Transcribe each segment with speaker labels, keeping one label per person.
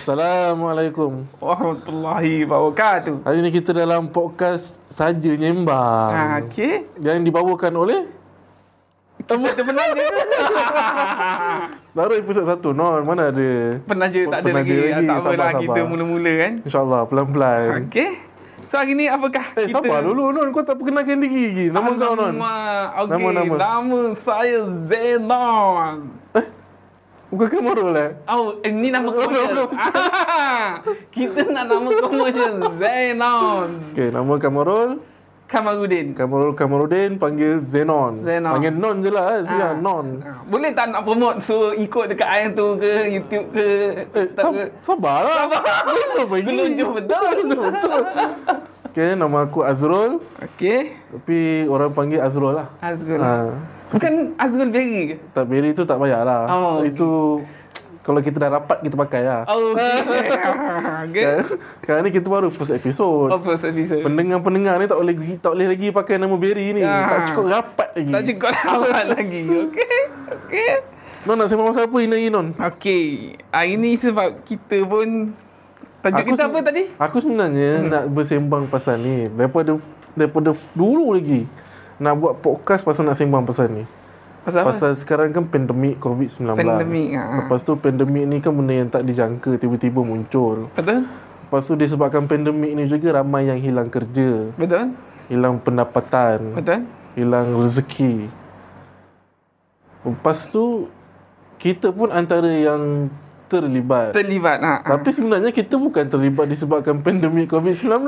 Speaker 1: Assalamualaikum
Speaker 2: Warahmatullahi wabarakatuh.
Speaker 1: Hari ini kita dalam podcast Saja Nyembang
Speaker 2: Ha, okey.
Speaker 1: Yang dibawakan oleh
Speaker 2: Kita pernah je ke?
Speaker 1: Baru episod 1 No, mana ada
Speaker 2: Pernah je tak ada
Speaker 1: Pernah
Speaker 2: lagi.
Speaker 1: je lagi.
Speaker 2: lagi. Tak apalah
Speaker 1: Sabar,
Speaker 2: kita
Speaker 1: sabar.
Speaker 2: mula-mula kan.
Speaker 1: InsyaAllah pelan-pelan
Speaker 2: Okey. So hari ni apakah
Speaker 1: Eh
Speaker 2: Ah, kita
Speaker 1: sabar dulu Non Kau tak perkenalkan diri lagi Nama kau Non
Speaker 2: Alamak. Okey,
Speaker 1: Nama,
Speaker 2: nama,
Speaker 1: nama.
Speaker 2: nama. nama saya Zenon.
Speaker 1: Bukan Kemarul eh
Speaker 2: Oh, eh, ni nama
Speaker 1: Belum, belum.
Speaker 2: komersial. Ah, kita nak nama komersial Zenon.
Speaker 1: Okay, nama Kamarul
Speaker 2: Kamarudin.
Speaker 1: Kamarul Kamarudin Panggil Zenon
Speaker 2: Zenon.
Speaker 1: Panggil Non je lah eh. Siang, Non
Speaker 2: Ah, Boleh tak nak promote so ikut dekat ayam tu ke YouTube ke
Speaker 1: Eh,
Speaker 2: tak
Speaker 1: sab-
Speaker 2: ke?
Speaker 1: sabarlah. Belum lagi.
Speaker 2: Gelunjung betul.
Speaker 1: Gelunjung betul. Okay, nama aku Azrul.
Speaker 2: Okey.
Speaker 1: Tapi orang panggil Azrul lah.
Speaker 2: Azrul.
Speaker 1: Ha.
Speaker 2: Bukan Azrul Berry ke?
Speaker 1: Tak beri tu tak payahlah.
Speaker 2: Oh, okay.
Speaker 1: Itu kalau kita dah rapat kita pakai lah.
Speaker 2: Oh, okay. okay.
Speaker 1: Kerana ni kita baru first episode.
Speaker 2: Oh, first episode.
Speaker 1: Pendengar-pendengar ni tak boleh tak boleh lagi pakai nama Berry ni.
Speaker 2: Ah.
Speaker 1: Tak cukup rapat lagi.
Speaker 2: tak cukup lawan lagi. Okay. Okay.
Speaker 1: Non nak sembang pasal apa ini lagi Non?
Speaker 2: Okay. Hari ni sebab kita pun... Tajuk kita
Speaker 1: sen-
Speaker 2: apa tadi?
Speaker 1: Aku sebenarnya hmm. nak bersembang pasal ni. Daripada daripada dulu lagi nak buat podcast pasal nak sembang pasal ni.
Speaker 2: Pasal apa?
Speaker 1: Pasal sekarang kan pandemik COVID-19.
Speaker 2: Pandemik, ha.
Speaker 1: Lepas tu pandemik ni kan benda yang tak dijangka tiba-tiba muncul.
Speaker 2: Betul?
Speaker 1: Lepas tu disebabkan pandemik ni juga ramai yang hilang kerja,
Speaker 2: Betul?
Speaker 1: hilang pendapatan,
Speaker 2: Betul?
Speaker 1: hilang rezeki. Lepas tu kita pun antara yang terlibat.
Speaker 2: Terlibat. Ha. ha.
Speaker 1: Tapi sebenarnya kita bukan terlibat disebabkan pandemik COVID-19.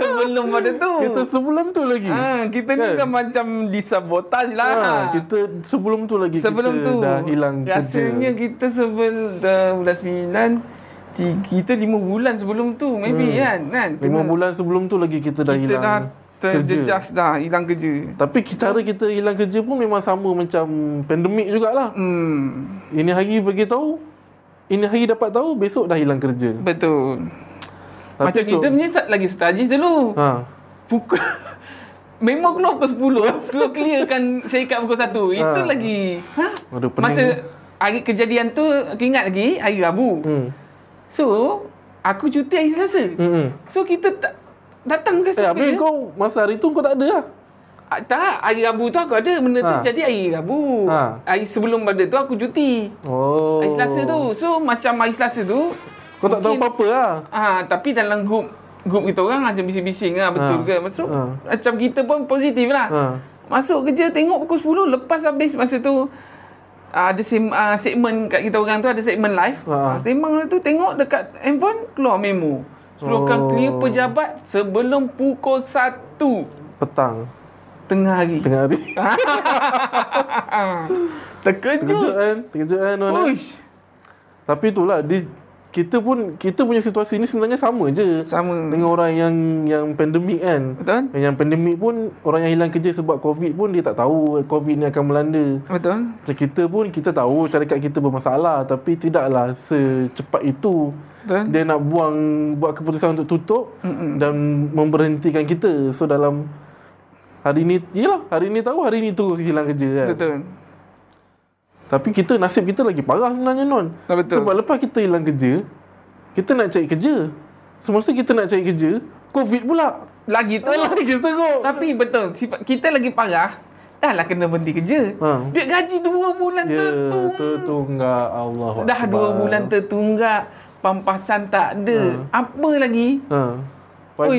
Speaker 2: Sebelum pada tu.
Speaker 1: Kita sebelum tu lagi.
Speaker 2: Ha, kita ni
Speaker 1: Kan?
Speaker 2: dah macam disabotaj lah.
Speaker 1: Ha, kita sebelum tu lagi
Speaker 2: Sebelum
Speaker 1: kita
Speaker 2: tu
Speaker 1: dah hilang
Speaker 2: Rasanya
Speaker 1: kerja.
Speaker 2: kita sebelum dah bulan 9 ti- kita 5 bulan sebelum tu maybe hmm. kan kan
Speaker 1: Lima
Speaker 2: Kena-
Speaker 1: bulan sebelum tu lagi kita dah
Speaker 2: kita
Speaker 1: hilang
Speaker 2: dah
Speaker 1: kerja.
Speaker 2: terjejas dah hilang kerja.
Speaker 1: Tapi cara kita hilang kerja pun memang sama macam pandemik jugalah.
Speaker 2: Hmm,
Speaker 1: Ini hari bagi tahu, ini hari dapat tahu, besok dah hilang kerja.
Speaker 2: betul.
Speaker 1: Tapi
Speaker 2: Macam
Speaker 1: tu-
Speaker 2: kita punya tak lagi setajis dulu.
Speaker 1: Ha.
Speaker 2: Pukul Memang keluar pukul 10 Slow clearkan syarikat pukul 1 Itu
Speaker 1: Ha.
Speaker 2: lagi ha?
Speaker 1: Aduh, pening.
Speaker 2: Masa hari kejadian tu Aku ingat lagi Hari Rabu
Speaker 1: Hmm.
Speaker 2: So Aku cuti hari Selasa
Speaker 1: Hmm.
Speaker 2: So kita tak Datang ke
Speaker 1: Eh, habis
Speaker 2: kerja.
Speaker 1: kau masa hari tu kau tak ada lah.
Speaker 2: Ah, tak, hari Rabu tu aku ada benda tu
Speaker 1: Ha.
Speaker 2: jadi hari Rabu.
Speaker 1: Ha.
Speaker 2: Hari sebelum pada tu aku cuti.
Speaker 1: Oh.
Speaker 2: Hari Selasa tu. So macam hari Selasa tu
Speaker 1: Kau tak tahu
Speaker 2: mungkin-
Speaker 1: apa-apa lah.
Speaker 2: Ah, tapi dalam grup grup kita orang macam bising-bising lah betul
Speaker 1: Ha.
Speaker 2: ke? Masuk
Speaker 1: Ha.
Speaker 2: macam kita pun positif lah.
Speaker 1: Ha.
Speaker 2: Masuk kerja tengok pukul 10 lepas habis masa tu ah, ada sem, ah, segmen kat kita orang tu ada segmen live.
Speaker 1: Ha.
Speaker 2: Ha. Segmen tu tengok dekat handphone keluar memo. Keluarkan
Speaker 1: Oh.
Speaker 2: oh. clear pejabat sebelum pukul 1
Speaker 1: Petang.
Speaker 2: tengah hari.
Speaker 1: Tengah hari. Terkejut
Speaker 2: Terkejut.
Speaker 1: kan? Terkejut kan? Wan, kan?
Speaker 2: Uish.
Speaker 1: Tapi itulah. Di, kita pun, kita punya situasi ni sebenarnya sama je.
Speaker 2: Sama.
Speaker 1: Dengan orang yang yang pandemik kan.
Speaker 2: Betul?
Speaker 1: Yang pandemik pun orang yang hilang kerja sebab COVID pun dia tak tahu COVID ni akan melanda.
Speaker 2: Betul?
Speaker 1: Macam kita pun kita tahu syarikat kita bermasalah tapi tidaklah secepat itu
Speaker 2: Betul?
Speaker 1: dia nak buang buat keputusan untuk tutup Mm-mm. dan memberhentikan kita. So dalam hari ni yalah hari ni tahu hari ni terus hilang kerja kan.
Speaker 2: Betul.
Speaker 1: Tapi kita nasib kita lagi parah sebenarnya non.
Speaker 2: Tak betul.
Speaker 1: Sebab lepas kita hilang kerja kita nak cari kerja. Semasa kita nak cari kerja COVID pula.
Speaker 2: Lagi tu.
Speaker 1: Lagi teruk.
Speaker 2: Tapi betul, sifat kita lagi parah. Dah lah kena berhenti kerja.
Speaker 1: Ha.
Speaker 2: Duit gaji dua bulan
Speaker 1: Ya,
Speaker 2: tertung.
Speaker 1: tertunggak Allah.
Speaker 2: Dah dua bulan tertunggak. Pampasan tak ada. Apa lagi?
Speaker 1: Ha.
Speaker 2: Oi,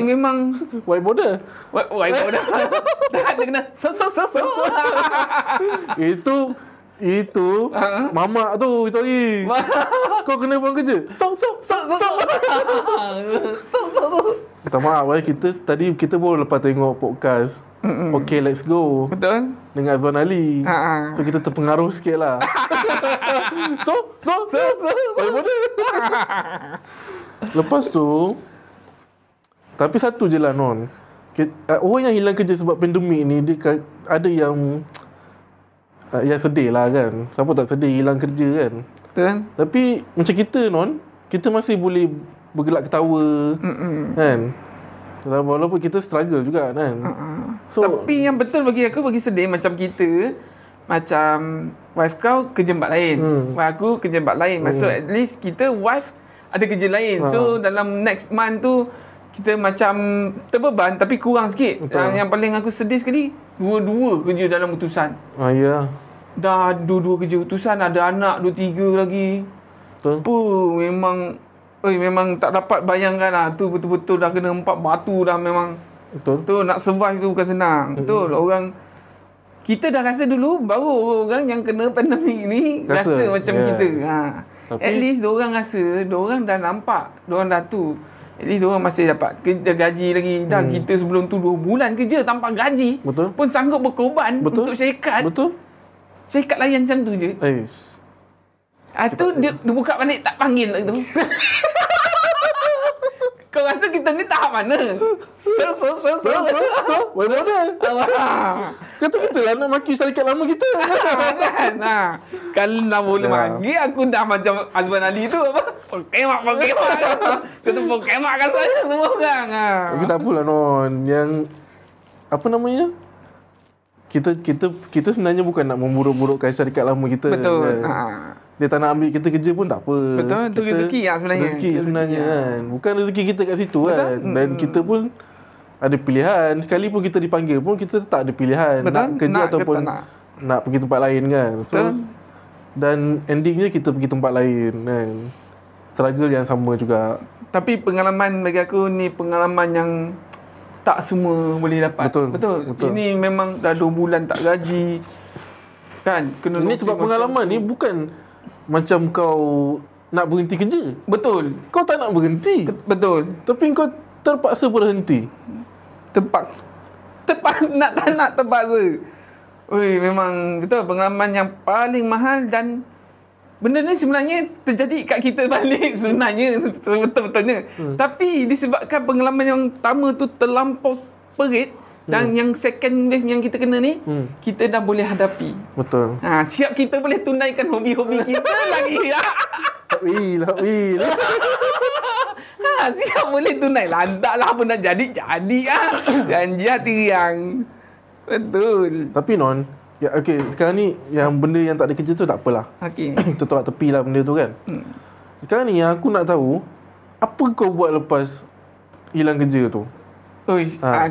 Speaker 1: Why,
Speaker 2: memang...
Speaker 1: why border?
Speaker 2: Wai wai wai dah. Dah ada kena. So, so, so, so.
Speaker 1: itu itu
Speaker 2: Ha?
Speaker 1: mamak tu itu hari. Kau kena buang kerja. So so so.
Speaker 2: So, so, so. So, so, so.
Speaker 1: Minta maaf eh kita tadi kita baru lepas tengok podcast. Okay, let's go.
Speaker 2: Betul?
Speaker 1: Dengan Azwan Ali.
Speaker 2: Ha, ha.
Speaker 1: So kita terpengaruh sikit lah. so so so so. Why border? Lepas tu tapi satu je lah non. Ki- eh, Orang yang hilang kerja sebab pandemik ni dia ka- ada yang eh, yang sedih lah kan. Siapa tak sedih hilang kerja kan.
Speaker 2: Betul?
Speaker 1: Tapi macam kita non, kita masih boleh bergelak ketawa Mm-mm. kan. Dan walaupun kita struggle juga kan. So
Speaker 2: Tapi yang betul bagi aku bagi sedih macam kita macam wife kau kerja tempat lain. Hmm. Wife aku kerja tempat lain. Maksud at least kita wife ada kerja lain. So dalam next month tu kita macam terbeban tapi kurang sikit.
Speaker 1: Betul.
Speaker 2: Yang, yang paling aku sedih sekali dua-dua kerja dalam utusan.
Speaker 1: Ah, ya.
Speaker 2: Dah dua-dua kerja utusan ada anak dua tiga lagi.
Speaker 1: Betul.
Speaker 2: Apa memang Oi, memang tak dapat bayangkan lah tu betul-betul dah kena empat batu dah memang
Speaker 1: Betul.
Speaker 2: tu nak survive tu bukan senang
Speaker 1: Hmm.
Speaker 2: betul orang kita dah rasa dulu baru orang yang kena pandemik ni
Speaker 1: Rasa,
Speaker 2: rasa, macam
Speaker 1: yes.
Speaker 2: kita ha
Speaker 1: Tapi-
Speaker 2: at least orang rasa orang dah nampak orang dah tu at least orang masih dapat kerja gaji lagi dah
Speaker 1: Hmm.
Speaker 2: kita sebelum tu 2 bulan kerja tanpa gaji
Speaker 1: Betul.
Speaker 2: pun sanggup berkorban
Speaker 1: Betul.
Speaker 2: untuk syarikat
Speaker 1: Betul.
Speaker 2: syarikat layan macam tu je
Speaker 1: Eh.
Speaker 2: Ah tu
Speaker 1: ya.
Speaker 2: dia, dia buka balik tak panggil lagi tu. Kau rasa kita ni tahap mana? So so so
Speaker 1: So,
Speaker 2: so.
Speaker 1: so, so,
Speaker 2: eh?
Speaker 1: mana-mana.
Speaker 2: Ah,
Speaker 1: Kata kita lah nak maki syarikat lama kita.
Speaker 2: kan? Ha. Kalau nak boleh
Speaker 1: Ya.
Speaker 2: magi aku dah macam Azwan Ali tu apa? Pokemak pokemak. Kata pokemak kan saya semua orang. Ha.
Speaker 1: Tapi tak apalah Non. Yang apa namanya? Kita kita kita sebenarnya bukan nak memburuk-burukkan syarikat lama kita. Kan?
Speaker 2: Betul. Ha.
Speaker 1: Dia tak nak ambil kita kerja pun tak apa.
Speaker 2: Betul, tu
Speaker 1: Kita-
Speaker 2: rezeki lah sebenarnya.
Speaker 1: Rezeki,
Speaker 2: Rezeki,
Speaker 1: sebenarnya
Speaker 2: ya.
Speaker 1: kan. Bukan rezeki kita kat situ
Speaker 2: Betul. Hmm.
Speaker 1: kan. Dan kita pun ada pilihan. Sekali pun kita dipanggil pun kita tak ada pilihan.
Speaker 2: Betul,
Speaker 1: Nak kerja
Speaker 2: nak ke
Speaker 1: ataupun
Speaker 2: tak nak.
Speaker 1: nak. pergi tempat lain kan. So,
Speaker 2: Betul.
Speaker 1: dan endingnya kita pergi tempat lain kan. Struggle yang sama juga.
Speaker 2: Tapi pengalaman bagi aku ni pengalaman yang tak semua boleh dapat.
Speaker 1: Betul,
Speaker 2: Betul.
Speaker 1: betul.
Speaker 2: Ini memang dah 2 bulan tak gaji. Kan? Kena
Speaker 1: Ini
Speaker 2: noting
Speaker 1: sebab
Speaker 2: macam-
Speaker 1: pengalaman ni bukan macam kau nak berhenti kerja.
Speaker 2: Betul.
Speaker 1: Kau tak nak berhenti.
Speaker 2: Betul.
Speaker 1: Tapi kau terpaksa berhenti.
Speaker 2: Terpaksa. Terpaksa. Nak tak nak terpaksa. Ui, memang betul pengalaman yang paling mahal dan benda ni sebenarnya terjadi kat kita balik sebenarnya sebetul-betulnya. Hmm. Tapi disebabkan pengalaman yang pertama tu terlampau perit dan yang second wave yang kita kena ni
Speaker 1: Hmm.
Speaker 2: kita dah boleh hadapi.
Speaker 1: Betul.
Speaker 2: Ha, siap kita boleh tunaikan hobi-hobi kita lagi.
Speaker 1: Wih, lah, wih. lah.
Speaker 2: Ha, siap boleh tunai lah. Tak lah apa nak jadi, jadi ah. Janji hati yang. Betul.
Speaker 1: Tapi non, ya okey, sekarang ni yang benda yang tak ada kerja tu tak apalah.
Speaker 2: Okey.
Speaker 1: Kita tolak tepi lah benda tu kan. Hmm. Sekarang ni yang aku nak tahu, apa kau buat lepas hilang kerja tu?
Speaker 2: Oi,
Speaker 1: Ha.
Speaker 2: ha.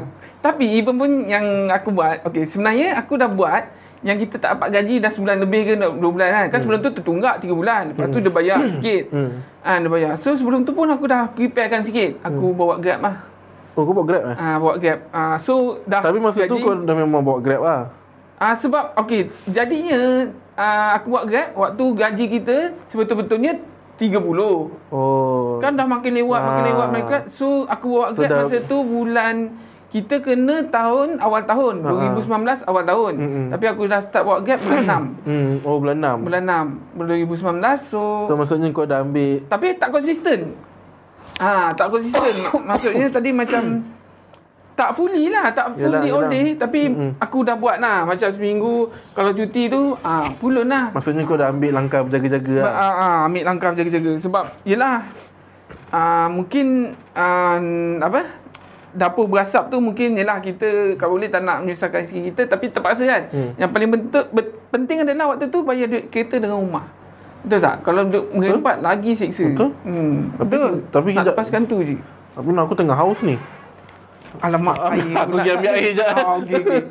Speaker 2: tapi even pun yang aku buat, okey, sebenarnya aku dah buat yang kita tak dapat gaji dah sebulan lebih ke dua dua bulan kan. Kan sebelum tu tertunggak tiga bulan. Lepas tu dia bayar sikit.
Speaker 1: Hmm.
Speaker 2: Ah, ha, dia bayar. So sebelum tu pun aku dah preparekan sikit.
Speaker 1: Hmm.
Speaker 2: Aku bawa Grab lah.
Speaker 1: Oh, kau buat Grab eh?
Speaker 2: Ah, ha, bawa Grab. Ah, ha, so dah
Speaker 1: Tapi masa tu
Speaker 2: gaji-
Speaker 1: kau dah memang buat Grab lah.
Speaker 2: Ah sebab okey, jadinya ah, aku buat Grab waktu gaji kita sebetul-betulnya 30.
Speaker 1: Oh.
Speaker 2: Kan dah makin lewat, makin
Speaker 1: Ah.
Speaker 2: lewat mereka. So aku buat
Speaker 1: So, dah-
Speaker 2: Grab masa tu bulan kita kena tahun awal tahun
Speaker 1: Ah, ah.
Speaker 2: 2019 awal tahun.
Speaker 1: Mm-mm.
Speaker 2: Tapi aku dah start buat Grab bulan
Speaker 1: Hmm, oh bulan
Speaker 2: 6.
Speaker 1: 6.
Speaker 2: Bulan 6 bulan 2019. So,
Speaker 1: So maksudnya kau dah ambil
Speaker 2: tapi tak konsisten. Ah, tak konsisten. Maksudnya tadi macam tak fully lah, tak
Speaker 1: Yelah,
Speaker 2: fully all
Speaker 1: yelah.
Speaker 2: day tapi
Speaker 1: Mm-mm.
Speaker 2: aku dah buat lah macam seminggu kalau cuti tu ah pulun lah.
Speaker 1: maksudnya kau dah ambil langkah berjaga-jaga lah.
Speaker 2: Ah, ah, ambil langkah jaga-jaga sebab yelah ah, mungkin ah, apa dapur berasap tu mungkin yelah kita kalau boleh tak nak menyusahkan sikit kita tapi terpaksa kan
Speaker 1: Hmm.
Speaker 2: hmm. yang paling bentuk, bet, penting adalah waktu tu bayar duit kereta dengan rumah betul tak kalau duduk mengempat lagi siksa
Speaker 1: Betul.
Speaker 2: hmm,
Speaker 1: Tapi-
Speaker 2: betul
Speaker 1: tapi
Speaker 2: nak
Speaker 1: kejap-
Speaker 2: lepaskan tu je
Speaker 1: Tapi non, aku tengah haus ni.
Speaker 2: alamak air
Speaker 1: aku pergi ambil air jap.
Speaker 2: oh, okay, okay.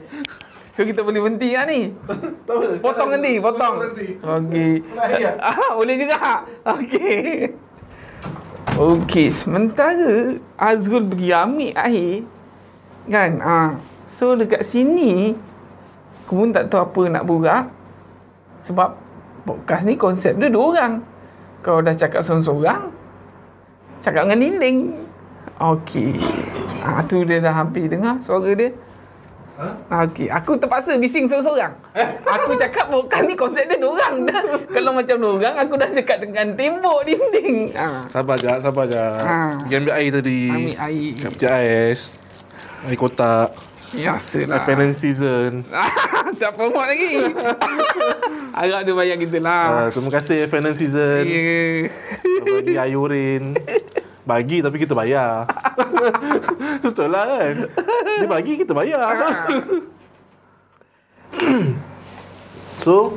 Speaker 2: so kita boleh berhenti lah ni Potong nanti, potong. Okey. Ah, boleh juga. Okey. Okey, sementara Azrul pergi ambil air kan. Ah. So dekat sini aku pun tak tahu apa nak borak sebab podcast ni konsep dia dua orang. Kau dah cakap seorang-seorang. Cakap dengan dinding. Okey. Ah tu dia dah hampir dengar suara dia. Ha? Okey, aku terpaksa bising seorang-seorang. aku cakap bukan ni konsep dia dorang dah. Kalau macam dorang aku dah cakap dengan tembok dinding. Ha.
Speaker 1: Sabar jap, sabar jap.
Speaker 2: Ah.
Speaker 1: Pergi ambil air tadi.
Speaker 2: Ambil air.
Speaker 1: Kat pecah ais. Air kotak.
Speaker 2: Biasalah.
Speaker 1: Apparent season.
Speaker 2: Siapa lah. Ah, promote lagi? Harap dia bayar kita lah.
Speaker 1: Ah, terima kasih Finance Season yeah.
Speaker 2: Ya.
Speaker 1: Bagi Ayurin Bagi tapi kita bayar Betul lah kan Dia bagi kita bayar So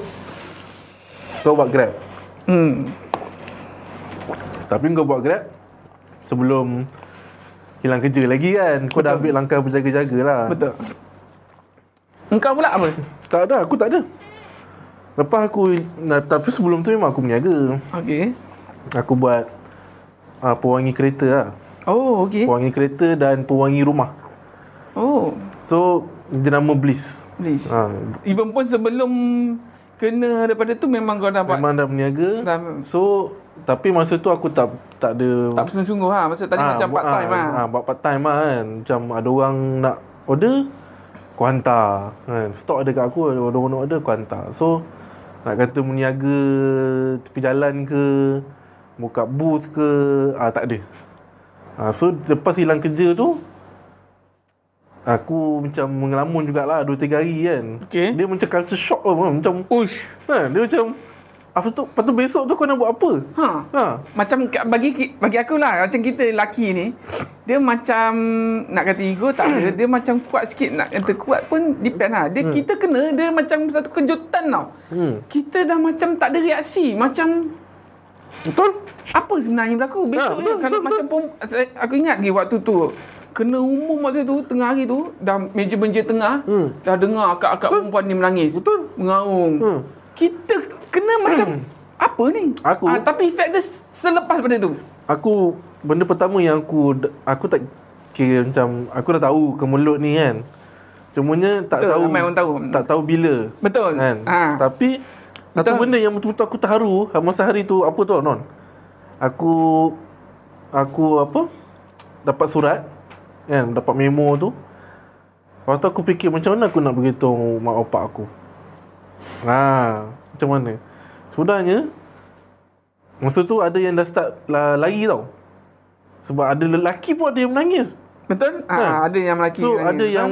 Speaker 1: Kau buat Grab
Speaker 2: Hmm.
Speaker 1: Tapi kau buat Grab sebelum hilang kerja lagi kan. Kau dah ambil langkah berjaga-jaga lah.
Speaker 2: Betul. Engkau pula apa?
Speaker 1: Tak ada, aku tak ada. Lepas aku nah, tapi sebelum tu memang aku berniaga.
Speaker 2: Okey.
Speaker 1: Aku buat uh, pewangi kereta lah.
Speaker 2: Oh, okey.
Speaker 1: Pewangi kereta dan pewangi rumah.
Speaker 2: Oh,
Speaker 1: So, dia nama Bliss.
Speaker 2: please.
Speaker 1: Ha,
Speaker 2: Even pun sebelum kena daripada tu memang kau dah buat
Speaker 1: memang dah berniaga.
Speaker 2: dah,
Speaker 1: So, tapi masa tu aku tak tak ada
Speaker 2: tak sungguh-sungguh ha. Maksud tadi macam part time ah.
Speaker 1: ha. buat part time lah kan. Macam ada orang nak order, kau hantar. Kan. Stok ada kat aku, ada orang nak order, kau hantar. So, nak kata meniaga tepi jalan ke, buka booth ke, ah tak ada. Ah, so, lepas hilang kerja tu, aku macam mengelamun jugalah 2-3 hari kan.
Speaker 2: Okey.
Speaker 1: Dia macam culture shock lah. Macam,
Speaker 2: Ush.
Speaker 1: kan, dia macam, apa tu, lepas tu besok tu kau nak buat apa?
Speaker 2: Ha.
Speaker 1: Ha,
Speaker 2: Macam kat- bagi ki- bagi aku lah macam kita lelaki ni dia macam nak kata ego tak ada dia macam kuat sikit nak kata kuat pun depend lah dia kita kena dia macam satu kejutan tau
Speaker 1: hmm.
Speaker 2: kita dah macam tak ada reaksi macam
Speaker 1: Betul?
Speaker 2: apa sebenarnya berlaku besok
Speaker 1: Ah, betul,
Speaker 2: je kalau
Speaker 1: betul,
Speaker 2: macam pun aku ingat lagi waktu tu kena umum masa tu tengah hari tu dah meja-meja tengah
Speaker 1: Hmm.
Speaker 2: dah dengar akak-akak perempuan ni menangis
Speaker 1: Betul.
Speaker 2: mengaung
Speaker 1: Hmm.
Speaker 2: kita kena macam apa ni
Speaker 1: Aku-
Speaker 2: Ah, tapi efek dia selepas pada tu
Speaker 1: aku benda pertama yang aku aku tak kira macam aku dah tahu kemelut ni kan. Cumanya tak
Speaker 2: Betul,
Speaker 1: tahu
Speaker 2: ramai orang tahu.
Speaker 1: tak tahu bila.
Speaker 2: Betul.
Speaker 1: Kan?
Speaker 2: Ha.
Speaker 1: Tapi satu
Speaker 2: Betul.
Speaker 1: benda yang betul-betul aku terharu masa hari tu apa tu non? Aku aku apa? Dapat surat kan, dapat memo tu. Lepas tu aku fikir macam mana aku nak beritahu mak opak aku. Ha, macam mana? Sudahnya Masa tu ada yang dah start la, lari tau Sebab ada lelaki pun ada yang menangis
Speaker 2: Betul? Ha,
Speaker 1: Ha.
Speaker 2: ada yang lelaki.
Speaker 1: So
Speaker 2: menangis,
Speaker 1: ada
Speaker 2: betul?
Speaker 1: yang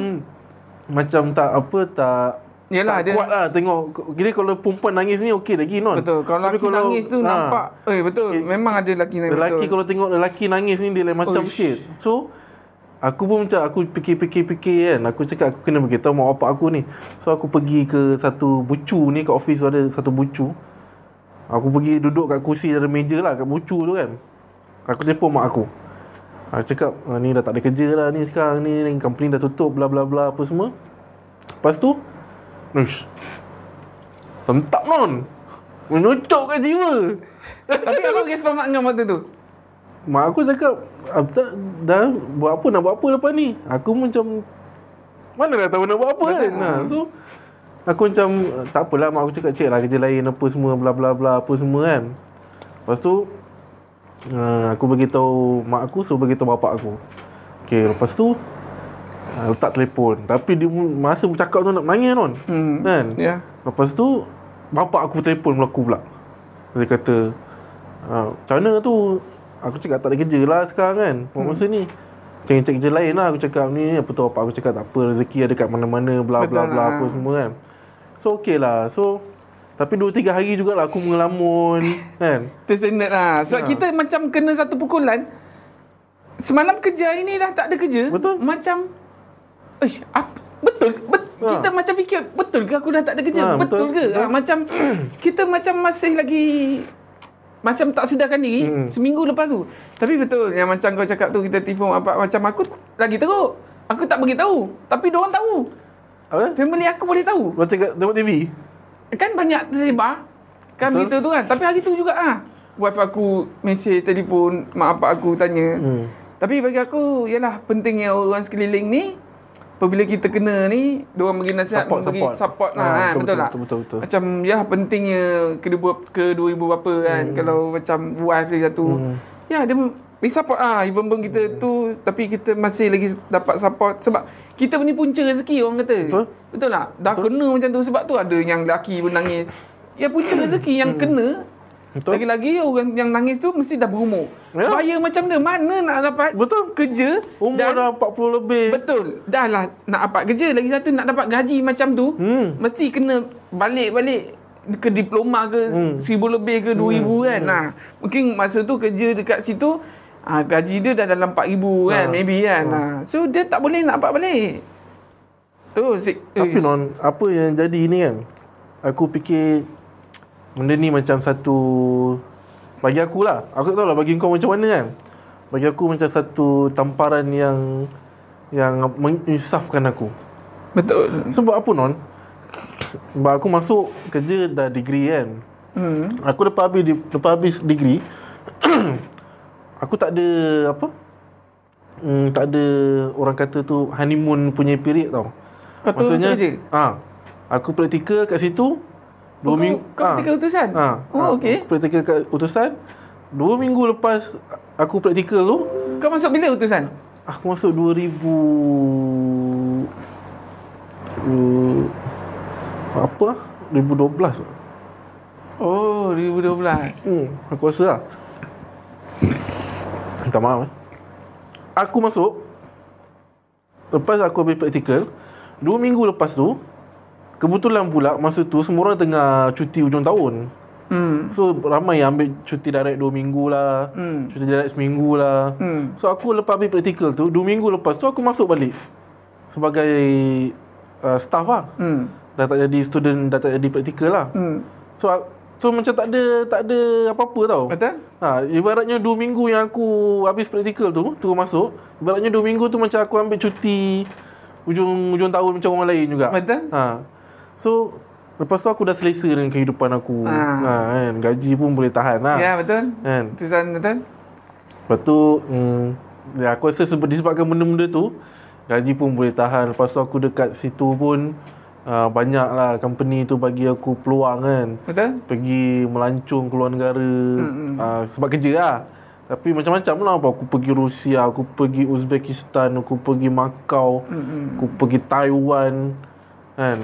Speaker 1: Macam tak apa tak
Speaker 2: Yelah,
Speaker 1: tak
Speaker 2: dia-
Speaker 1: kuat lah tengok Kira kalau perempuan nangis ni okey lagi non
Speaker 2: betul. Kalau
Speaker 1: Tapi
Speaker 2: lelaki nangis tu
Speaker 1: ha,
Speaker 2: nampak eh betul
Speaker 1: Okey.
Speaker 2: memang ada lelaki nangis.
Speaker 1: Lelaki
Speaker 2: betul.
Speaker 1: kalau tengok lelaki nangis ni dia lain macam
Speaker 2: Uish.
Speaker 1: sikit So Aku pun macam aku fikir-fikir-fikir kan Aku cakap aku kena beritahu mak bapak aku ni So aku pergi ke satu bucu ni kat office tu ada satu bucu Aku pergi duduk kat kursi ada meja lah kat bucu tu kan Aku telefon mak aku Aku cakap ah, ni dah tak ada kerja lah ni sekarang ni ni Company dah tutup bla bla bla apa semua Lepas tu Nush Sentap non Menutup kat jiwa
Speaker 2: Tapi apa respon mak kau waktu tu?
Speaker 1: Mak aku cakap "Ah, tak, Dah buat apa nak buat apa lepas ni Aku macam Mana dah tahu nak buat apa kan nah, So Aku macam "Ah, Tak apalah mak aku cakap Cik lah kerja lain apa semua bla bla bla apa semua kan Lepas tu uh, Aku beritahu mak aku So beritahu bapak aku Okay lepas tu uh, Letak telefon Tapi dia mu- masa bercakap tu nak menangis kan
Speaker 2: Hmm.
Speaker 1: Kan
Speaker 2: Ya.
Speaker 1: Lepas tu Bapak aku telefon pula aku pula Dia kata ah, Macam mana tu Aku cakap tak ada kerja lah sekarang kan Buat
Speaker 2: Hmm.
Speaker 1: masa ni Cari cari kerja lain lah Aku cakap ni Apa tu bapak aku cakap tak apa Rezeki ada kat mana-mana Bla bla
Speaker 2: Betul
Speaker 1: bla
Speaker 2: lah.
Speaker 1: Apa semua kan So okay lah So Tapi 2-3 hari jugalah Aku mengelamun Kan
Speaker 2: Itu standard lah.
Speaker 1: Ya.
Speaker 2: Sebab kita macam kena satu pukulan. Semalam kerja hari ni dah tak ada kerja.
Speaker 1: Betul.
Speaker 2: Macam Ish, apa? Betul. Bet,
Speaker 1: Ha.
Speaker 2: Kita macam fikir betul ke aku dah tak ada kerja?
Speaker 1: Ha,
Speaker 2: betul,
Speaker 1: betul,
Speaker 2: ke?
Speaker 1: betul.
Speaker 2: Ha, macam kita macam masih lagi macam tak sedarkan diri
Speaker 1: Mm.
Speaker 2: seminggu lepas tu. Tapi betul yang macam kau cakap tu kita telefon apa macam aku lagi teruk. Aku tak beritahu. Tapi diorang tahu.
Speaker 1: Apa?
Speaker 2: Family aku boleh tahu.
Speaker 1: Kau cakap tengok TV
Speaker 2: Kan banyak tersebar Kan
Speaker 1: Betul.
Speaker 2: berita tu kan Tapi hari tu juga ah Wife aku Mesej telefon Mak apa aku tanya
Speaker 1: Hmm.
Speaker 2: Tapi bagi aku Yalah pentingnya orang sekeliling ni Apabila kita kena ni Diorang bagi nasihat
Speaker 1: Support,
Speaker 2: memberi
Speaker 1: support.
Speaker 2: support lah
Speaker 1: Ah,
Speaker 2: kan,
Speaker 1: betul,
Speaker 2: Betul,
Speaker 1: betul,
Speaker 2: tak?
Speaker 1: betul, betul, betul.
Speaker 2: Macam ya pentingnya Kedua, kedua ibu bapa kan
Speaker 1: Hmm.
Speaker 2: Kalau macam wife dia satu Ya dia Bagi support lah Even pun kita
Speaker 1: Hmm.
Speaker 2: tu Tapi kita masih lagi Dapat support Sebab kita ni punca rezeki orang kata
Speaker 1: Betul.
Speaker 2: Betul tak? Dah Betul. kena macam tu sebab tu ada yang lelaki pun nangis. Ya punca rezeki
Speaker 1: Hmm.
Speaker 2: yang kena.
Speaker 1: Betul.
Speaker 2: Lagi-lagi orang yang nangis tu mesti dah berumur.
Speaker 1: Ya.
Speaker 2: Bayar macam mana? Mana nak dapat
Speaker 1: Betul.
Speaker 2: kerja
Speaker 1: Umur dah
Speaker 2: dan
Speaker 1: 40 lebih
Speaker 2: Betul. Dah lah nak dapat kerja. Lagi satu nak dapat gaji macam tu.
Speaker 1: Hmm.
Speaker 2: Mesti kena balik-balik ke diploma ke hmm. seribu lebih ke dua
Speaker 1: Hmm.
Speaker 2: ribu kan. Nah, mungkin masa tu kerja dekat situ ah, gaji dia dah dalam empat ribu
Speaker 1: Ah.
Speaker 2: kan. Maybe kan. Ha. So dia tak boleh nak dapat balik. Tu si,
Speaker 1: Tapi
Speaker 2: eh,
Speaker 1: non apa yang jadi ni kan. Aku fikir benda ni macam satu Bagi aku lah Aku tak tahu lah bagi kau macam mana kan Bagi aku macam satu tamparan yang Yang menginsafkan aku
Speaker 2: Betul.
Speaker 1: Sebab apa non? Sebab aku masuk kerja dah degree kan. Hmm. Aku lepas habis di- lepas habis degree aku tak ada apa? Hmm, tak ada orang kata tu honeymoon punya period tau.
Speaker 2: Kau terus kerja?
Speaker 1: ah. Aku praktikal kat situ dua
Speaker 2: Oh, Kau,
Speaker 1: minggu.
Speaker 2: kau praktikal utusan?
Speaker 1: Ha,
Speaker 2: Oh, okey.
Speaker 1: Aku praktikal kat utusan. Dua minggu lepas aku praktikal tu,
Speaker 2: Kau masuk bila utusan?
Speaker 1: Aku masuk 2000 uh, apa lah? 2012 lah.
Speaker 2: Oh, 2012.
Speaker 1: hmm, aku rasa lah minta maaf eh. aku masuk lepas aku habis praktikal dua minggu lepas tu kebetulan pula masa tu semua orang tengah cuti hujung tahun
Speaker 2: Hmm.
Speaker 1: So ramai yang ambil cuti direct 2 minggu lah
Speaker 2: Hmm.
Speaker 1: Cuti direct seminggu lah
Speaker 2: Hmm.
Speaker 1: So aku lepas ambil praktikal tu 2 minggu lepas tu aku masuk balik Sebagai uh, staff lah
Speaker 2: Hmm.
Speaker 1: Dah tak jadi student, dah tak jadi praktikal lah
Speaker 2: Hmm.
Speaker 1: So a- so macam tak ada tak ada apa-apa tau
Speaker 2: Betul?
Speaker 1: Ha, ibaratnya 2 minggu yang aku habis praktikal tu Terus masuk Ibaratnya 2 minggu tu macam aku ambil cuti Ujung ujung tahun macam orang lain juga
Speaker 2: Betul?
Speaker 1: Ha. So lepas tu aku dah selesa dengan kehidupan aku.
Speaker 2: Ha.
Speaker 1: Ha, kan gaji pun boleh tahan lah.
Speaker 2: Ya, betul.
Speaker 1: Kan.
Speaker 2: Utusan betul?
Speaker 1: Lepas tu mm, ya, aku rasa sebab disebabkan benda-benda tu gaji pun boleh tahan. Lepas tu aku dekat situ pun uh, banyak lah company tu bagi aku peluang kan.
Speaker 2: Betul?
Speaker 1: Pergi melancung keluar negara mm uh, sebab kerja lah. Tapi macam-macam lah apa. Aku pergi Rusia, aku pergi Uzbekistan, aku pergi Macau, mm aku pergi Taiwan. Kan?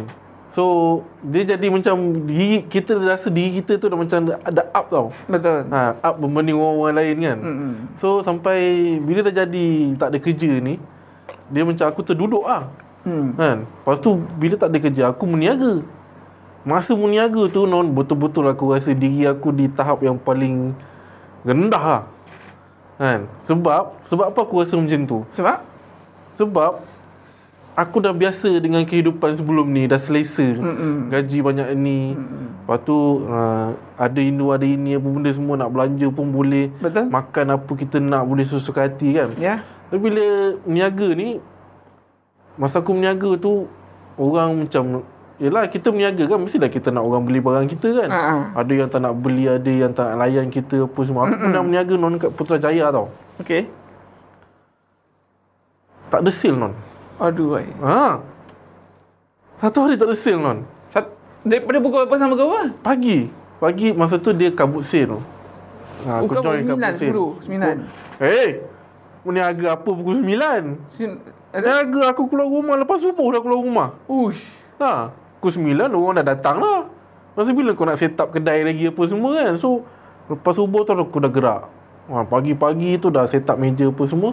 Speaker 1: So, dia jadi macam diri, kita rasa diri kita tu dah macam ada up tau.
Speaker 2: Betul. Hmm,
Speaker 1: Ha, up berbanding orang-orang lain kan.
Speaker 2: Mm-mm.
Speaker 1: So, sampai bila dah jadi tak ada kerja ni, dia macam aku terduduk lah.
Speaker 2: Hmm.
Speaker 1: Kan? Lepas tu bila tak ada kerja aku meniaga. Masa meniaga tu non betul-betul aku rasa diri aku di tahap yang paling rendah lah. Kan? Sebab sebab apa aku rasa macam tu?
Speaker 2: Sebab?
Speaker 1: Sebab aku dah biasa dengan kehidupan sebelum ni, dah selesa. Mm-mm. Gaji banyak ni. Mm-mm. Lepas tu uh, ada Indo ada ini apa benda semua nak belanja pun boleh.
Speaker 2: Betul?
Speaker 1: Makan apa kita nak boleh sesuka hati kan.
Speaker 2: Ya.
Speaker 1: Tapi bila meniaga ni Masa aku meniaga tu Orang macam Yelah kita meniaga kan Mestilah kita nak orang beli barang kita kan
Speaker 2: Ha, ha.
Speaker 1: Ada yang tak nak beli Ada yang tak nak layan kita Apa semua Aku pernah meniaga non kat Putrajaya tau
Speaker 2: Okey.
Speaker 1: Tak ada sale non
Speaker 2: Aduh, ai.
Speaker 1: ha. Satu hari tak ada sale non
Speaker 2: Sat daripada pukul berapa sampai pukul berapa?
Speaker 1: Pagi Pagi masa tu dia kabut sale ha,
Speaker 2: Bukan pukul Oh, sembilan, sepuluh, sembilan.
Speaker 1: Pukul- Eh Meniaga apa pukul 9
Speaker 2: Sin- ada-
Speaker 1: Meniaga aku keluar rumah Lepas subuh dah keluar rumah
Speaker 2: Uish.
Speaker 1: Ha, pukul 9 orang dah datang lah. Masa bila kau nak set up kedai lagi apa semua kan. So, lepas subuh tu aku dah gerak. Ha, pagi-pagi tu dah set up meja apa semua.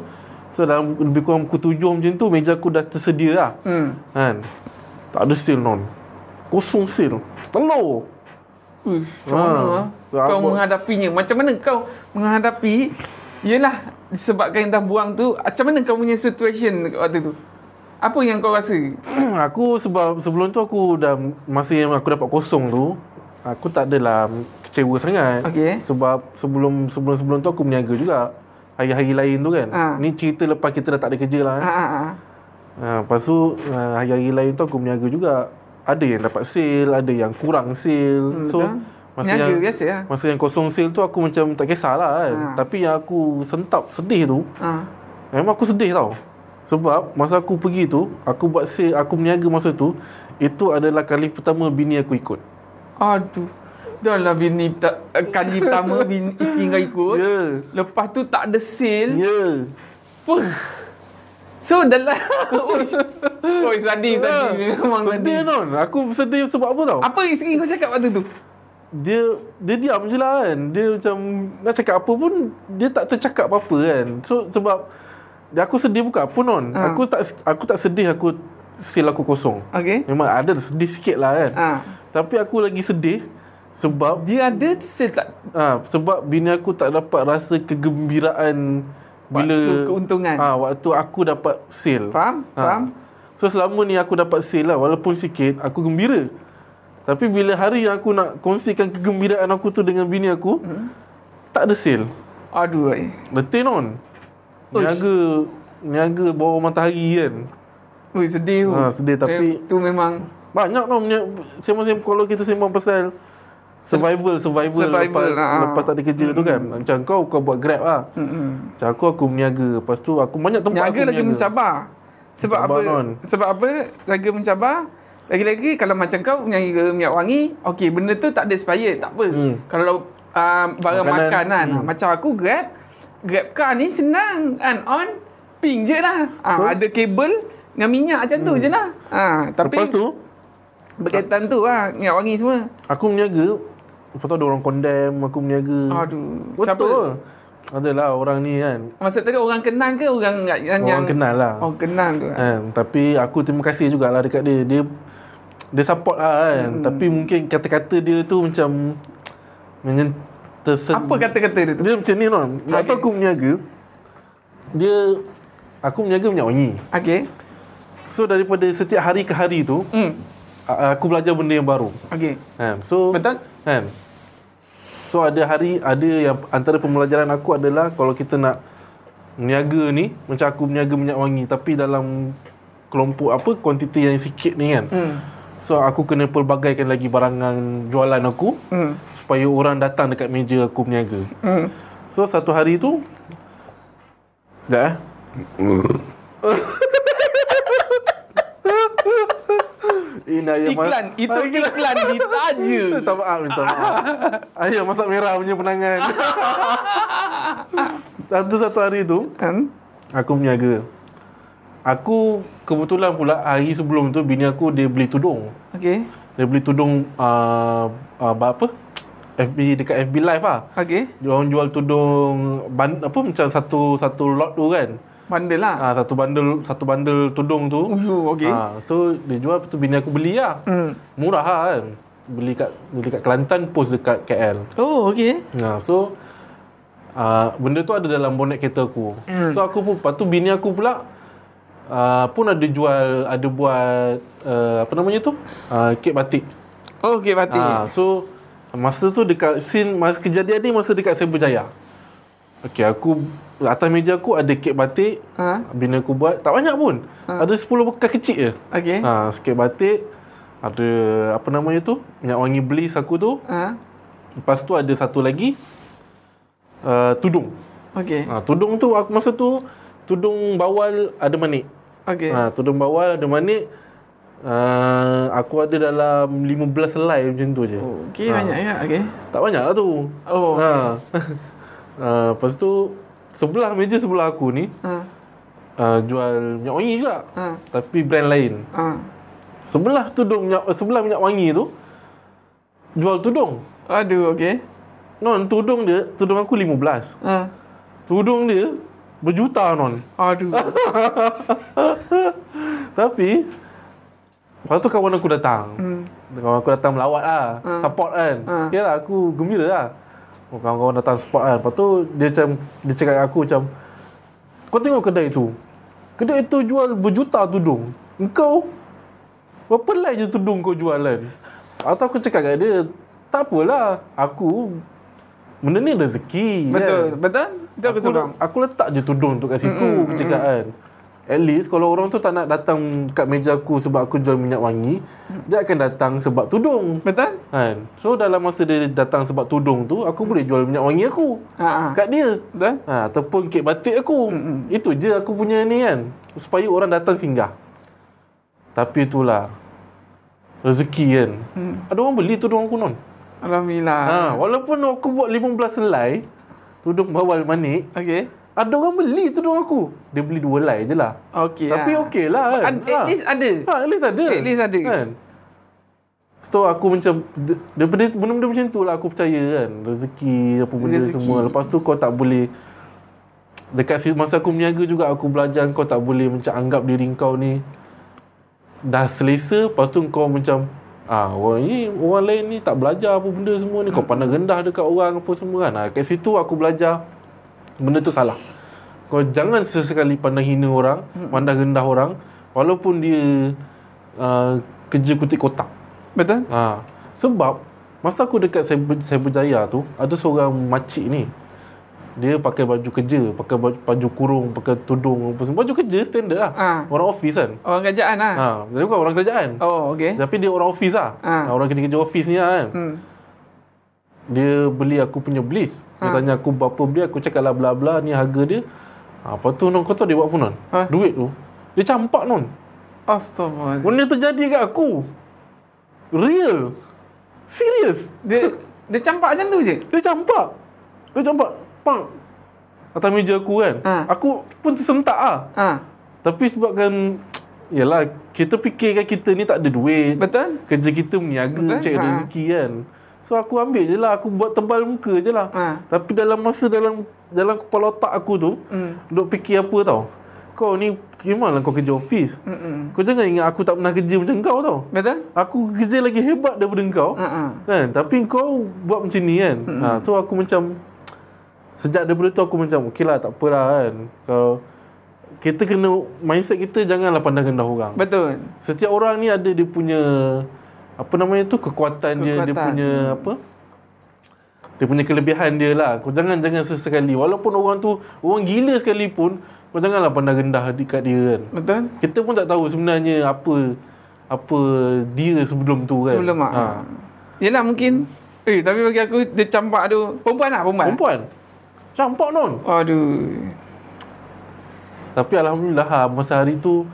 Speaker 1: So, dalam pukul- lebih kurang pukul 7 macam tu, meja aku dah tersedia lah.
Speaker 2: Hmm.
Speaker 1: Kan? Tak ada sale non. Kosong sale. Telur.
Speaker 2: Uish, macam mana
Speaker 1: Ha.
Speaker 2: ah? Kau
Speaker 1: Aku-
Speaker 2: menghadapinya. Macam mana kau menghadapi Yelah disebabkan yang dah buang tu Macam mana kau punya situation waktu tu? Apa yang kau rasa?
Speaker 1: aku sebab sebelum tu aku dah masa yang aku dapat kosong tu aku tak adalah kecewa sangat
Speaker 2: Okey.
Speaker 1: sebab sebelum sebelum sebelum tu aku berniaga juga hari-hari lain tu kan
Speaker 2: Ah.
Speaker 1: ni cerita lepas kita dah tak ada kerja lah
Speaker 2: Ha,
Speaker 1: eh.
Speaker 2: ha, ha.
Speaker 1: ha, lepas tu ah, hari-hari lain tu aku berniaga juga ada yang dapat sale ada yang kurang sale
Speaker 2: Hmm,
Speaker 1: so
Speaker 2: betul.
Speaker 1: masa
Speaker 2: Berniaga
Speaker 1: yang
Speaker 2: biasa lah.
Speaker 1: masa yang kosong sale tu aku macam tak kisahlah kan
Speaker 2: Ah.
Speaker 1: tapi yang aku sentap sedih tu
Speaker 2: Ha.
Speaker 1: Memang aku sedih tau Sebab masa aku pergi tu Aku buat sale, aku meniaga masa tu Itu adalah kali pertama bini aku ikut
Speaker 2: Aduh. Dah lah bini tak, kali pertama bini isteri kau ikut.
Speaker 1: Ya yeah.
Speaker 2: Lepas tu tak ada
Speaker 1: Ya
Speaker 2: sale.
Speaker 1: yeah.
Speaker 2: Puh. So dalam Uish. Oi sadis
Speaker 1: Ya.
Speaker 2: sadis memang
Speaker 1: Sedih
Speaker 2: sadis.
Speaker 1: non Aku sedih sebab apa tau
Speaker 2: Apa isteri kau cakap waktu tu?
Speaker 1: Dia dia diam je lah kan Dia macam Nak cakap apa pun Dia tak tercakap apa-apa kan So sebab dia- Aku sedih bukan apa non
Speaker 2: Ah.
Speaker 1: Aku tak aku tak sedih aku Sale aku kosong
Speaker 2: Okey.
Speaker 1: Memang ada sedih sikit lah kan
Speaker 2: Ha.
Speaker 1: Tapi aku lagi sedih Sebab
Speaker 2: Dia ada sale tak
Speaker 1: Ha, sebab bini aku tak dapat rasa kegembiraan bila
Speaker 2: Waktu keuntungan.
Speaker 1: Ah, ha, waktu aku dapat sale. Ha.
Speaker 2: Faham? Faham?
Speaker 1: So selama ni aku dapat sale lah walaupun sikit, aku gembira. Tapi bila hari yang aku nak kongsikan kegembiraan aku tu dengan bini aku, hmm. tak ada sale.
Speaker 2: Aduh, eh. ai.
Speaker 1: Letih non. Niaga niaga bawah matahari kan.
Speaker 2: Ui, sedih tu.
Speaker 1: Ha, sedih, tapi-
Speaker 2: Eh, tu memang
Speaker 1: Banyak tau punya sembang-sembang kalau kita sembang pasal survival survival, lepas
Speaker 2: Survival, ah.
Speaker 1: lepas tak ada kerja tu kan. Macam kau kau buat Grab ah.
Speaker 2: Mm-mm.
Speaker 1: Macam aku aku meniaga. Lepas tu aku banyak tempat
Speaker 2: Niaga
Speaker 1: aku
Speaker 2: lagi mencabar. Sebab
Speaker 1: Mencabar,
Speaker 2: apa?
Speaker 1: non.
Speaker 2: Sebab apa? Lagi mencabar. Lagi-lagi kalau macam kau menyaga minyak wangi, okey benda tu tak ada expired, tak apa.
Speaker 1: Hmm.
Speaker 2: Kalau um, barang
Speaker 1: Makanan,
Speaker 2: makanan,
Speaker 1: hmm.
Speaker 2: macam aku Grab, Grab car ni senang kan on ping je lah.
Speaker 1: Betul. Hmm.
Speaker 2: Ha, ada kabel dengan minyak macam tu je lah. Ha, tapi
Speaker 1: Lepas tu
Speaker 2: berkaitan tu lah minyak wangi semua.
Speaker 1: aku meniaga. Lepas tu ada orang condemn aku meniaga.
Speaker 2: Ah, Aduh.
Speaker 1: Hmm. Betul. Adalah orang ni kan.
Speaker 2: Maksud tadi orang kenal ke orang yang
Speaker 1: Orang kenal lah.
Speaker 2: Orang kenal tu. Ha.
Speaker 1: Kan? Tapi aku terima kasih jugalah dekat dia. Dia dia support lah kan. Hmm. Tapi mungkin kata-kata dia tu macam menyen tersen,
Speaker 2: Apa kata-kata dia tu?
Speaker 1: Dia macam ni non. Waktu aku meniaga dia aku meniaga minyak wangi.
Speaker 2: Okey.
Speaker 1: So daripada setiap hari ke hari tu
Speaker 2: Hmm.
Speaker 1: a- aku belajar benda yang baru.
Speaker 2: Okey.
Speaker 1: Kan? So
Speaker 2: Betul?
Speaker 1: Kan? So ada hari ada yang antara pembelajaran aku adalah kalau kita nak niaga ni macam aku berniaga minyak wangi tapi dalam kelompok apa kuantiti yang sikit ni kan.
Speaker 2: Hmm.
Speaker 1: So aku kena pelbagaikan lagi barangan jualan aku
Speaker 2: Hmm.
Speaker 1: supaya orang datang dekat meja aku berniaga.
Speaker 2: Hmm.
Speaker 1: So satu hari tu Sekejap eh Ini ayam mas-
Speaker 2: Iklan Itu iklan kita aja
Speaker 1: Minta maaf, minta maaf. Ayah masak merah punya penangan. Satu-satu hari tu,
Speaker 2: hmm?
Speaker 1: aku berniaga. Aku kebetulan pula hari sebelum tu bini aku dia beli tudung.
Speaker 2: Okay
Speaker 1: Dia beli tudung uh, uh, apa? FB dekat FB live ah.
Speaker 2: Okay
Speaker 1: Dia orang jual tudung ban, apa macam satu satu lot tu kan.
Speaker 2: Bandel lah
Speaker 1: Ah satu bundle satu bundle tudung tu.
Speaker 2: Uhu, okay.
Speaker 1: Ah, so dia jual lepas tu bini aku beli lah.
Speaker 2: Hmm.
Speaker 1: Murah lah kan. Beli kat beli kat Kelantan post dekat KL.
Speaker 2: Oh okay
Speaker 1: Nah, so uh, benda tu ada dalam bonet kereta aku. So aku pun lepas tu bini aku pula uh, pun ada jual ada buat uh, apa namanya tu? Uh, kek batik.
Speaker 2: Oh okay Fatih
Speaker 1: Ah, so masa tu dekat scene masa kejadian ni masa dekat Semberjaya. Okey, aku atas meja aku ada kek batik.
Speaker 2: Ha?
Speaker 1: Bini aku buat tak banyak pun. Ada 10 bekas kecil je.
Speaker 2: Okay
Speaker 1: Ha,
Speaker 2: ha.
Speaker 1: sikit batik. Ada apa namanya tu? Minyak wangi bliss aku tu.
Speaker 2: Ha?
Speaker 1: Lepas tu ada satu lagi uh, tudung.
Speaker 2: Okay
Speaker 1: Ha, tudung tu aku masa tu tudung bawal ada manik.
Speaker 2: Okay
Speaker 1: Ha, tudung bawal ada manik. Uh, aku ada dalam 15 helai macam tu je.
Speaker 2: Oh, Okay banyak ya Okay
Speaker 1: Tak banyak lah tu.
Speaker 2: Oh.
Speaker 1: Ha. uh, lepas tu sebelah meja sebelah aku ni
Speaker 2: Ha.
Speaker 1: uh, jual minyak wangi juga.
Speaker 2: Ha.
Speaker 1: Tapi brand lain.
Speaker 2: Ha.
Speaker 1: Sebelah tudung minyak, eh, sebelah minyak wangi tu jual tudung.
Speaker 2: Aduh okay
Speaker 1: Non, tudung dia, tudung aku 15.
Speaker 2: ha.
Speaker 1: Tudung dia berjuta non.
Speaker 2: Aduh
Speaker 1: Tapi Lepas tu kawan aku datang hmm. Kawan aku datang melawat lah hmm. Support kan hmm. Okay lah aku gembira lah Oh, Kawan-kawan datang support kan Lepas tu dia macam Dia cakap dengan aku macam Kau tengok kedai tu Kedai tu jual berjuta tudung Engkau Berapa lai je tudung kau jual kan Atau aku cakap kat dia Tak apalah Aku Benda ni rezeki kan?
Speaker 2: Betul Betul Betul aku
Speaker 1: aku,
Speaker 2: seorang
Speaker 1: aku letak je tudung tu kat situ mm aku cakap kan. At least kalau orang tu tak nak datang kat meja aku sebab aku jual minyak wangi, dia akan datang sebab tudung.
Speaker 2: Betul
Speaker 1: Kan? So dalam masa dia datang sebab tudung tu, aku boleh jual minyak wangi aku
Speaker 2: ha. ha.
Speaker 1: kat dia.
Speaker 2: Betul
Speaker 1: Ha, ataupun kek batik aku. Itu je aku punya ni kan. Supaya orang datang singgah. Tapi itulah rezeki kan. Ada orang beli tudung aku non.
Speaker 2: Hmm. Alhamdulillah
Speaker 1: Ha, walaupun aku buat 15 selai tudung bawal manik,
Speaker 2: Okay
Speaker 1: ada orang beli tudung aku. Dia beli dua lai je lah.
Speaker 2: Okay
Speaker 1: Tapi
Speaker 2: ha.
Speaker 1: okey lah kan.
Speaker 2: Ad- At
Speaker 1: Ha.
Speaker 2: least ada
Speaker 1: ha, at least ada.
Speaker 2: At least ada.
Speaker 1: Kan? So aku macam d- daripada benda-benda macam tu lah aku percaya kan. Rezeki apa benda
Speaker 2: Rezeki.
Speaker 1: Rezeki. semua. Lepas tu kau tak boleh dekat si- masa aku berniaga juga aku belajar kau tak boleh macam anggap diri kau ni dah selesa lepas tu kau macam ah orang ni orang lain ni tak belajar apa benda semua ni kau pandang rendah dekat orang apa semua kan. Ah kat situ aku belajar benda tu salah. Kau jangan sesekali pandang hina orang, pandang rendah orang walaupun dia uh, kerja kutik kotak.
Speaker 2: Betul
Speaker 1: Ha. Sebab masa aku dekat Cyber, Cyberjaya tu ada seorang makcik ni. Dia pakai baju kerja, pakai baju, baju kurung, pakai tudung, apa semua. Baju kerja standard lah.
Speaker 2: Ha.
Speaker 1: Orang office kan.
Speaker 2: Orang kerajaan lah. Ha.
Speaker 1: Ha, dia bukan orang kerajaan.
Speaker 2: Oh, okey.
Speaker 1: Tapi dia orang office lah. Ha.
Speaker 2: Ha.
Speaker 1: Orang kerja-kerja office ni lah kan.
Speaker 2: Hmm.
Speaker 1: Dia beli aku punya bliss. Dia
Speaker 2: Ha.
Speaker 1: tanya aku berapa beli, aku cakap lah bla bla ni harga dia. Ha, lepas tu non kau tahu dia buat apa non?
Speaker 2: Ha?
Speaker 1: Duit tu. Dia campak non.
Speaker 2: Astaghfirullah.
Speaker 1: Benda tu jadi kat aku. Real. Serious.
Speaker 2: Dia dia campak macam tu je.
Speaker 1: Dia campak. Dia campak. Pak. Atas meja aku kan.
Speaker 2: Ha.
Speaker 1: Aku pun tersentak lah.
Speaker 2: Ha.
Speaker 1: Tapi sebabkan Yalah Kita fikirkan kita ni tak ada duit
Speaker 2: Betul?
Speaker 1: Kerja kita meniaga
Speaker 2: Betul,
Speaker 1: Cari
Speaker 2: ha.
Speaker 1: rezeki kan So aku ambil je lah Aku buat tebal muka je lah
Speaker 2: Ha.
Speaker 1: Tapi dalam masa dalam Dalam kepala otak aku tu
Speaker 2: Hmm.
Speaker 1: Duk fikir apa tau Kau ni Gimana lah kau kerja office
Speaker 2: Mm-mm.
Speaker 1: Kau jangan ingat aku tak pernah kerja macam kau tau
Speaker 2: Hmm. Betul?
Speaker 1: Aku kerja lagi hebat daripada kau
Speaker 2: Ha ah.
Speaker 1: Kan Tapi kau buat macam ni kan ha, So aku macam Sejak daripada tu aku macam Okay lah tak apalah kan Kalau Kita kena Mindset kita janganlah pandang rendah orang
Speaker 2: Betul.
Speaker 1: Setiap orang ni ada dia punya Apa namanya tu Kekuatan, dia Dia
Speaker 2: Kekuatan. Hmm.
Speaker 1: punya Apa Dia punya kelebihan dia lah Kau jangan-jangan sesekali Walaupun orang tu Orang gila sekalipun Kau janganlah pandang rendah dekat dia kan
Speaker 2: Betul?
Speaker 1: kita pun tak tahu sebenarnya apa apa dia sebelum tu kan.
Speaker 2: Sebelum mak. Ha. Yelah mungkin Eh tapi bagi aku dia campak tu perempuan tak perempuan?
Speaker 1: Perempuan. Campak non.
Speaker 2: Aduh.
Speaker 1: Tapi alhamdulillah ha, masa hari tu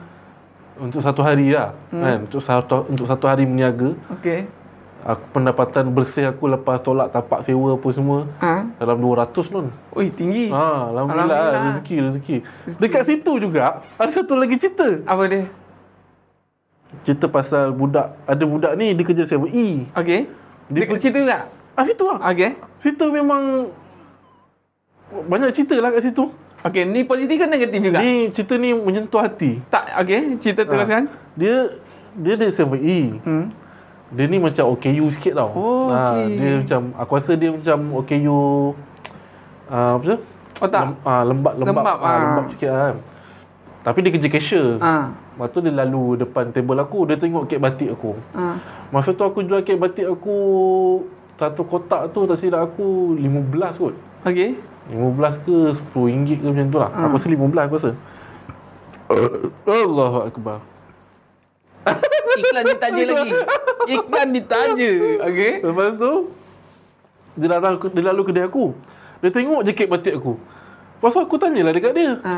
Speaker 1: untuk satu hari lah hmm. kan untuk satu untuk satu hari meniaga
Speaker 2: Okey.
Speaker 1: aku pendapatan bersih aku lepas tolak tapak sewa apa semua
Speaker 2: Ha.
Speaker 1: dalam 200 non.
Speaker 2: Ui tinggi.
Speaker 1: Ha alhamdulillah,
Speaker 2: Alhamdulillah.
Speaker 1: alhamdulillah. rezeki rezeki. Dekat situ juga ada satu lagi cerita.
Speaker 2: Apa dia?
Speaker 1: Cerita pasal budak ada budak ni dia kerja 7E.
Speaker 2: Okey. Dia
Speaker 1: Dia
Speaker 2: Dekat
Speaker 1: pun-
Speaker 2: situ tak?
Speaker 1: Ah situ lah.
Speaker 2: Okey.
Speaker 1: Situ memang banyak cerita lah kat situ.
Speaker 2: Okey, ni positif ke negatif juga?
Speaker 1: Ni cerita ni menyentuh hati.
Speaker 2: Tak, okey. Cerita teruskan.
Speaker 1: Dia dia dari server E.
Speaker 2: Hmm.
Speaker 1: Dia ni macam OKU sikit tau.
Speaker 2: Oh,
Speaker 1: Ah,
Speaker 2: okey.
Speaker 1: dia macam aku rasa dia macam OKU uh, apa tu?
Speaker 2: Otak.
Speaker 1: Lem, ah, lembab lembab
Speaker 2: Lembab,
Speaker 1: lembab,
Speaker 2: ah.
Speaker 1: lembab sikit lah. kan. Tapi dia kerja cashier.
Speaker 2: Ha.
Speaker 1: Lepas tu dia lalu depan table aku, dia tengok kek batik aku.
Speaker 2: Ha.
Speaker 1: Masa tu aku jual kek batik aku satu kotak tu tak silap aku 15 kot.
Speaker 2: Okey.
Speaker 1: 15 ke RM10 ke macam tu lah.
Speaker 2: Ah.
Speaker 1: Aku rasa 15 aku rasa. Allahu Akbar.
Speaker 2: Iklan ditaja lagi. Iklan ditaja. Okey.
Speaker 1: Lepas tu, dia datang, ke- dia lalu kedai aku. Dia tengok je kek batik aku. Lepas tu aku tanyalah dekat dia.
Speaker 2: Ha.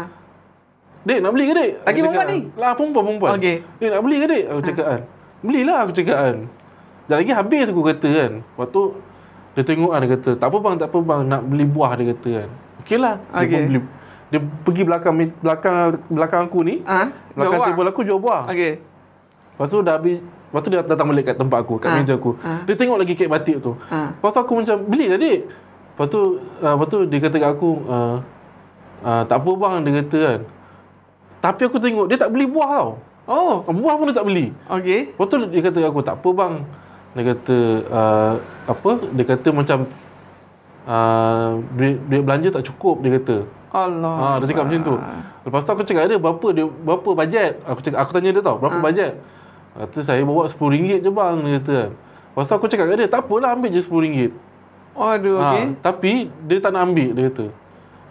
Speaker 1: Dek, nak beli ke dek?
Speaker 2: Laki
Speaker 1: Dia
Speaker 2: perempuan
Speaker 1: cakap,
Speaker 2: ni?
Speaker 1: Lah, perempuan, perempuan.
Speaker 2: Okey. Ah.
Speaker 1: Dek, nak beli ke dek? Aku cakap kan. Belilah aku cakap kan. Dan lagi habis aku kata kan. Lepas tu, dia tengok kan, dia kata, tak apa bang, tak apa bang, nak beli buah dia kata kan. Okey lah. Dia pun
Speaker 2: Okey.
Speaker 1: beli. Dia pergi belakang me- belakang belakang aku ni.
Speaker 2: Ha.
Speaker 1: Belakang
Speaker 2: Jawab.
Speaker 1: table aku jual buah.
Speaker 2: Okey.
Speaker 1: Lepas tu dah habis Lepas tu dia datang balik kat tempat aku Kat
Speaker 2: Ah.
Speaker 1: meja aku
Speaker 2: Ah.
Speaker 1: Dia tengok lagi kek batik tu
Speaker 2: Ah.
Speaker 1: Lepas tu aku macam Beli lah dik Lepas tu uh, Lepas tu dia kata kat aku uh, uh, Tak apa bang Dia kata kan Tapi aku tengok Dia tak beli buah tau
Speaker 2: Oh.
Speaker 1: Buah pun dia tak beli
Speaker 2: Okey.
Speaker 1: Lepas tu dia kata kat aku Tak apa bang Dia kata uh, Apa Dia kata macam uh, duit, duit belanja tak cukup Dia kata
Speaker 2: Allah.
Speaker 1: Ha, dia cakap macam tu. Lepas tu aku cakap dia berapa dia berapa bajet? Aku cakap aku tanya dia tau, berapa ha. bajet? Kata saya bawa RM10 je bang dia kata. kan. Lepas tu aku cakap kat dia, tak apalah ambil je RM10.
Speaker 2: Aduh, okey.
Speaker 1: Ha, tapi dia tak nak ambil dia kata.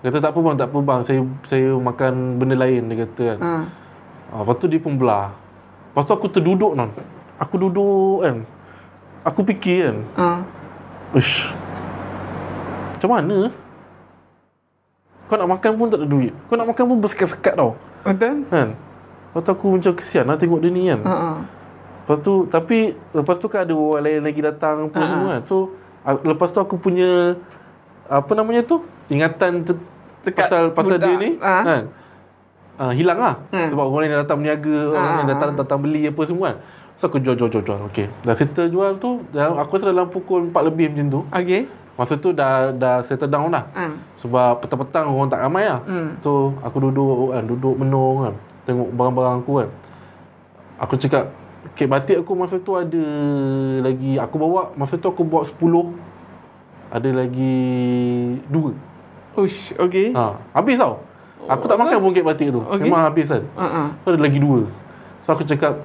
Speaker 1: Dia kata tak apa bang, tak apa bang, saya saya makan benda lain dia kata kan.
Speaker 2: Ha.
Speaker 1: Ha, lepas tu dia pun belah. Lepas tu aku terduduk non. Aku duduk kan. Aku fikir kan.
Speaker 2: Ha.
Speaker 1: Ush. Macam mana? Kau nak makan pun tak ada duit. Kau nak makan pun bersekat-sekat tau.
Speaker 2: Betul?
Speaker 1: Kan? Lepas tu aku macam kesian lah tengok dia ni kan.
Speaker 2: Ha. ha.
Speaker 1: Lepas tu, tapi lepas tu kan ada orang lain lagi datang apa
Speaker 2: Ha, ha.
Speaker 1: semua kan. So, a- lepas tu aku punya, apa namanya tu? Ingatan te-
Speaker 2: Dekat
Speaker 1: pasal, pasal
Speaker 2: budak.
Speaker 1: dia ni
Speaker 2: Ha.
Speaker 1: kan. Uh, hilang lah.
Speaker 2: Ha.
Speaker 1: Sebab orang lain datang berniaga, orang
Speaker 2: Ha,
Speaker 1: lain
Speaker 2: ha,
Speaker 1: datang, datang beli apa semua kan. So aku jual, jual, jual, jual. Okay. Dah settle jual tu, dalam, aku rasa dalam pukul 4 lebih macam tu.
Speaker 2: Okey.
Speaker 1: Masa tu dah dah settle down lah.
Speaker 2: Ha.
Speaker 1: Sebab petang-petang orang tak ramai lah.
Speaker 2: Hmm.
Speaker 1: So aku duduk kan, duduk menung kan. Tengok barang-barang aku kan. Aku cakap, kek batik aku masa tu ada lagi, aku bawa, masa tu aku bawa 10. Ada lagi 2.
Speaker 2: Ush, okey.
Speaker 1: Ha, habis tau. Aku
Speaker 2: Oh,
Speaker 1: tak makan pun kek batik tu.
Speaker 2: Okey.
Speaker 1: Memang habis kan.
Speaker 2: Ha. Ha.
Speaker 1: So, ada lagi 2. So aku cakap,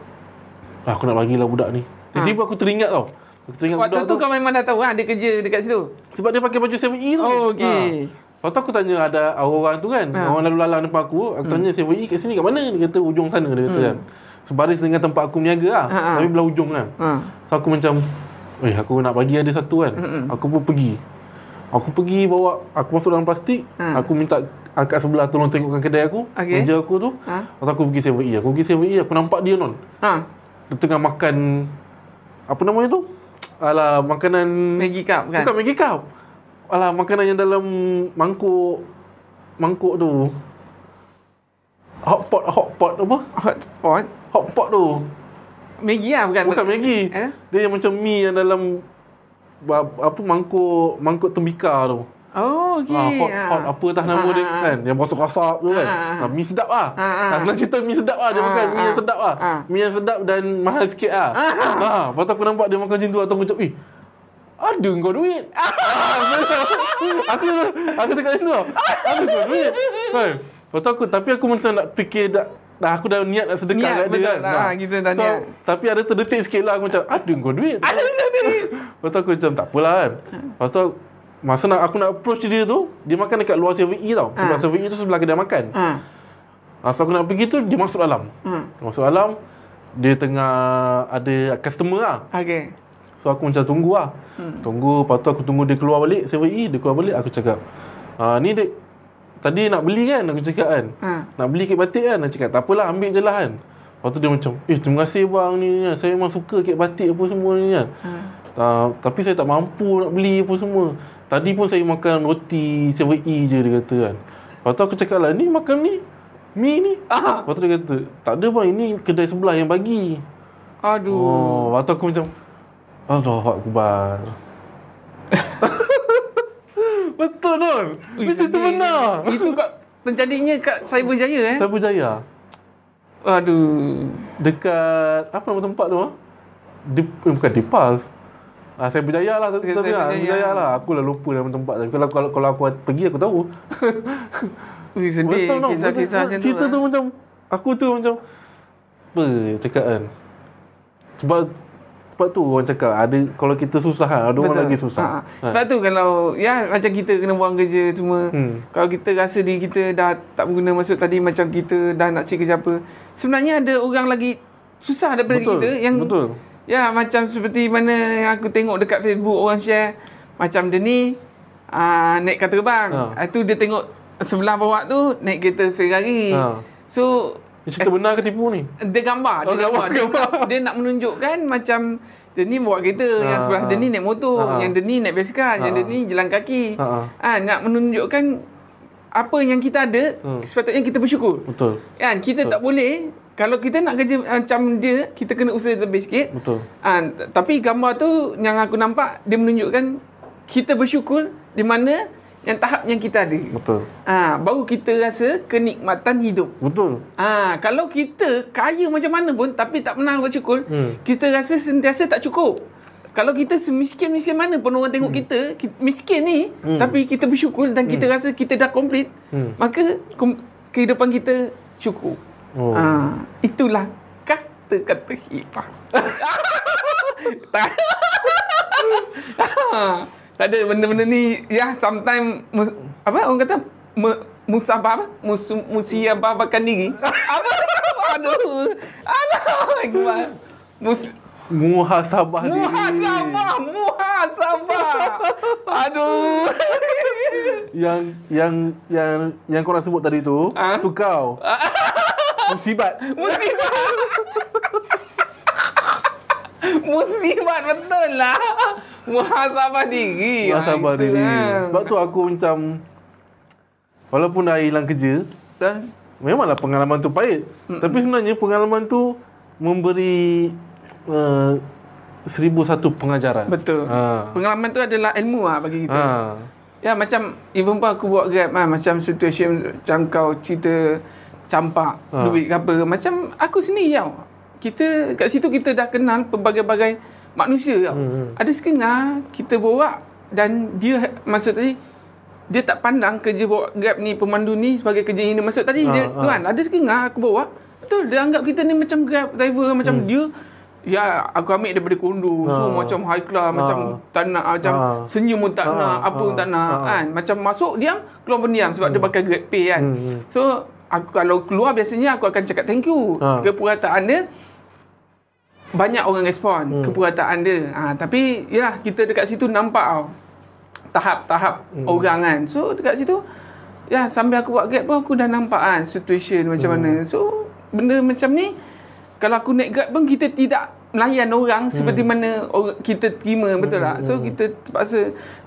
Speaker 1: "Ah, aku nak bagilah budak ni. Tiba-tiba aku teringat tau. Aku teringat
Speaker 2: Ha. Waktu
Speaker 1: budak
Speaker 2: tu kau memang dah tahu ha, dia kerja dekat situ.
Speaker 1: sebab dia pakai baju 7E tu.
Speaker 2: Oh, okey.
Speaker 1: Ha. Lepas Lepas tu aku tanya ada orang tu kan,
Speaker 2: Ha.
Speaker 1: ha. orang lalu lalang depan aku, aku tanya hmm. 7E kat sini kat mana? Dia kata ujung sana dia kata kan. Sebaris dengan tempat aku berniaga lah.
Speaker 2: Hmm. Ha, ha.
Speaker 1: Tapi belah ujung kan.
Speaker 2: Ha.
Speaker 1: So aku macam Eh aku nak bagi ada satu kan
Speaker 2: Hmm,
Speaker 1: Mm-mm. Aku pun pergi Aku pergi bawa Aku masuk dalam plastik
Speaker 2: Ha.
Speaker 1: Aku minta Angkat sebelah tolong tengokkan kedai aku
Speaker 2: Okey.
Speaker 1: Meja aku tu
Speaker 2: Ha.
Speaker 1: Lepas tu aku pergi 7E Aku pergi 7E Aku nampak dia non
Speaker 2: Ha.
Speaker 1: Dia tengah makan Apa namanya tu Alah makanan
Speaker 2: Maggi cup kan?
Speaker 1: Bukan Maggi cup Alah makanan yang dalam Mangkuk Mangkuk tu Hotpot Hotpot apa
Speaker 2: Hot pot.
Speaker 1: Hotpot tu
Speaker 2: Maggi lah bukan?
Speaker 1: Bukan Maggi.
Speaker 2: Eh?
Speaker 1: Dia yang macam mi yang dalam ba- apa mangkuk mangkuk tembika tu.
Speaker 2: Oh, okey.
Speaker 1: Ah, hot, hot apa tah nama
Speaker 2: Ah,
Speaker 1: dia
Speaker 2: ah, ah.
Speaker 1: kan Yang masuk kasap tu kan
Speaker 2: Ah, ah, ah.
Speaker 1: ah, Mi sedap lah
Speaker 2: Ah, ah.
Speaker 1: ah, Senang cerita mi sedap lah Dia
Speaker 2: Ah,
Speaker 1: bukan mi yang
Speaker 2: ah.
Speaker 1: sedap lah
Speaker 2: Ah.
Speaker 1: Mi yang sedap dan mahal sikit lah ah, Lepas tu aku nampak dia makan macam tu Atau aku cakap Eh ada kau duit Ah, Aku Aku cakap macam tu tau. Ada kau duit Kan Lepas tu aku Tapi aku macam nak fikir Dah, dah aku dah niat nak sedekah
Speaker 2: Niat,
Speaker 1: kat dia
Speaker 2: betul.
Speaker 1: kan
Speaker 2: Ah, kita dah niat.
Speaker 1: Tapi ada terdetik sikit lah Aku macam Ada kau duit Ada kau duit Lepas tu aku macam tak apalah kan Lepas tu Masa nak aku nak approach dia tu Dia makan dekat luar 7E tau Sebab
Speaker 2: Ah.
Speaker 1: 7E tu sebelah kedai makan
Speaker 2: Ha.
Speaker 1: Masa aku nak pergi tu Dia masuk dalam
Speaker 2: Ha.
Speaker 1: Dia Masuk dalam Dia tengah Ada customer lah
Speaker 2: Okey.
Speaker 1: So aku macam tunggu lah hmm. Tunggu Lepas tu aku tunggu dia keluar balik 7E dia keluar balik Aku cakap ah, Ni dek Tadi nak beli kan Aku cakap kan
Speaker 2: Ha.
Speaker 1: Nak beli kek batik kan Aku cakap tak apalah ambil je lah kan Lepas tu dia macam Eh terima kasih bang ni, ni, ni. Saya memang suka kek batik apa semua ni kan
Speaker 2: Ha.
Speaker 1: Ta- Tapi saya tak mampu nak beli apa semua Tadi pun saya makan roti 7E je dia kata kan Lepas tu aku cakap lah Ni makan ni Mi ni
Speaker 2: Ah.
Speaker 1: Lepas tu dia kata Tak ada bang ini kedai sebelah yang bagi
Speaker 2: Aduh.
Speaker 1: Oh, lepas tu aku macam Allahu Akbar. Betul Nun. Dia cerita benar.
Speaker 2: Itu kat terjadinya kat Cyberjaya eh.
Speaker 1: Sabu Jaya.
Speaker 2: Aduh.
Speaker 1: Dekat apa nama tempat tu? ah? Dip, eh, bukan Dipals. Ah, saya berjaya lah tadi tadi lah.
Speaker 2: Cyberjaya.
Speaker 1: Berjaya lah. Aku lah lupa nama tempat tadi. Kalau kalau kalau aku pergi aku tahu.
Speaker 2: Ui, sedih
Speaker 1: Betul tau.
Speaker 2: kisah-kisah
Speaker 1: Betul.
Speaker 2: macam tu.
Speaker 1: Cerita
Speaker 2: eh.
Speaker 1: tu macam aku tu macam apa cakap kan. Sebab sebab tu orang cakap ada kalau kita susah kan, ada orang lagi susah.
Speaker 2: Ha. Sebab tu kalau ya macam kita kena buang kerja semua. Hmm.
Speaker 1: Hmm.
Speaker 2: Kalau kita rasa diri kita dah tak berguna masuk tadi macam kita dah nak cari kerja apa. Sebenarnya ada orang lagi susah daripada
Speaker 1: Betul.
Speaker 2: kita yang
Speaker 1: betul.
Speaker 2: ya macam seperti mana yang aku tengok dekat Facebook orang share macam dia ni aa, naik kereta terbang.
Speaker 1: Ha.
Speaker 2: Ha. tu dia tengok sebelah bawah tu naik kereta Ferrari. Ha.
Speaker 1: Ha.
Speaker 2: So
Speaker 1: Ni cerita benar ke tipu ni?
Speaker 2: dia gambar,
Speaker 1: Oh,
Speaker 2: dia, gambar.
Speaker 1: gambar,
Speaker 2: Dia,
Speaker 1: gambar.
Speaker 2: nak, dia nak menunjukkan macam dia ni bawa kereta,
Speaker 1: Ha,
Speaker 2: yang sebelah dia
Speaker 1: ha.
Speaker 2: ni naik motor,
Speaker 1: Ha, ha.
Speaker 2: yang dia ni naik basikal, yang
Speaker 1: Ha,
Speaker 2: dia
Speaker 1: ha.
Speaker 2: ni jalan kaki.
Speaker 1: Ha, ha.
Speaker 2: Ha, nak menunjukkan apa yang kita ada,
Speaker 1: Hmm.
Speaker 2: sepatutnya kita bersyukur.
Speaker 1: Betul.
Speaker 2: Kan kita tak boleh kalau kita nak kerja macam dia, kita kena usaha lebih sikit.
Speaker 1: Betul.
Speaker 2: Ha, t- tapi gambar tu yang aku nampak dia menunjukkan kita bersyukur di mana yang tahap yang kita ada.
Speaker 1: Betul.
Speaker 2: Ha, baru kita rasa kenikmatan hidup.
Speaker 1: Betul.
Speaker 2: Ah, kalau kita kaya macam mana pun tapi tak pernah bersyukur, hmm.
Speaker 1: Hmm.
Speaker 2: kita rasa sentiasa tak cukup. Kalau kita semiskin-miskin mana pun orang tengok hmm. kita, kita miskin ni hmm. tapi kita bersyukur dan kita rasa kita dah complete, hmm. maka kom- kehidupan kita cukup.
Speaker 1: Oh.
Speaker 2: Oh. Ah, itulah kata-kata hibah. tak. Ah, tak ada benda-benda ni ya sometimes mus, apa orang kata me, musabah apa Mus, musyababakan diri apa aduh alah gimana mus
Speaker 1: Muhasabah diri
Speaker 2: muhasabah muhasabah aduh
Speaker 1: yang yang yang yang kau nak sebut tadi tu,
Speaker 2: Ha?
Speaker 1: tu kau. Musibat.
Speaker 2: musibah musibah betul lah muhasabah diri
Speaker 1: Muhasabah
Speaker 2: Ah, itu
Speaker 1: diri.
Speaker 2: lah.
Speaker 1: Sebab tu aku macam walaupun dah hilang kerja,
Speaker 2: betul
Speaker 1: memanglah pengalaman tu pahit. Tapi sebenarnya pengalaman tu memberi uh, seribu satu pengajaran.
Speaker 2: betul
Speaker 1: Ha.
Speaker 2: pengalaman tu adalah ilmu lah bagi kita
Speaker 1: Ha.
Speaker 2: Ya macam even pun aku buat grab ha, Macam situation macam kau cerita campak ha.
Speaker 1: Ha.
Speaker 2: duit ke apa Macam aku sendiri tau Kita kat situ kita dah kenal pelbagai-bagai manusia tau hmm. Ada setengah kita borak Dan dia masa tadi Dia tak pandang kerja bawa grab ni pemandu ni sebagai kerja ini Maksud tadi
Speaker 1: Ha,
Speaker 2: dia
Speaker 1: ha.
Speaker 2: Tuan ada setengah aku bawa Betul dia anggap kita ni macam grab driver Macam dia Ya, aku ambil daripada kondo. So
Speaker 1: Hmm. Ah.
Speaker 2: macam high
Speaker 1: Ah.
Speaker 2: class, macam tak nak, macam
Speaker 1: Ah.
Speaker 2: senyum pun tak
Speaker 1: Ah.
Speaker 2: nak, apa pun
Speaker 1: Ah.
Speaker 2: tak nak
Speaker 1: Ah.
Speaker 2: kan. Macam masuk diam, keluar pun diam sebab dia pakai Grab Pay kan.
Speaker 1: Hmm.
Speaker 2: So aku kalau keluar biasanya aku akan cakap thank you.
Speaker 1: Ah.
Speaker 2: Keperkataan dia banyak orang respon
Speaker 1: Hmm.
Speaker 2: keperkataan dia. Ha, tapi yalah kita dekat situ nampak tau tahap-tahap orang kan. So dekat situ ya sambil aku buat grab pun aku dah nampak kan situation macam mana. So benda macam ni kalau aku naik grab pun kita tidak melayan orang seperti mana orang, kita terima betul tak? So kita terpaksa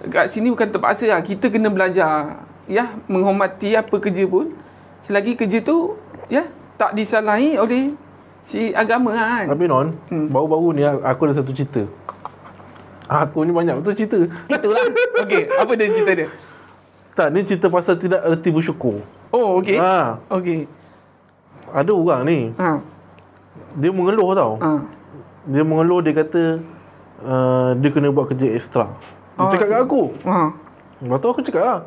Speaker 2: kat sini bukan terpaksa lah. Kita kena belajar ya menghormati apa kerja pun selagi kerja tu ya tak disalahi oleh si agama lah kan.
Speaker 1: Tapi non, baru-baru ni aku- aku ada satu cerita. Aku ni banyak betul cerita.
Speaker 2: Itulah. Okey, apa dia cerita dia?
Speaker 1: Tak, ni cerita pasal tidak erti bersyukur.
Speaker 2: Oh, okey. Ha.
Speaker 1: Ha,
Speaker 2: Okey.
Speaker 1: ada orang ni,
Speaker 2: Ha.
Speaker 1: dia mengeluh tau.
Speaker 2: Ha.
Speaker 1: Dia mengeluh, dia kata uh, dia kena buat kerja ekstra. Dia
Speaker 2: Oh,
Speaker 1: cakap kat aku.
Speaker 2: Ha.
Speaker 1: Lepas tu aku cakap lah.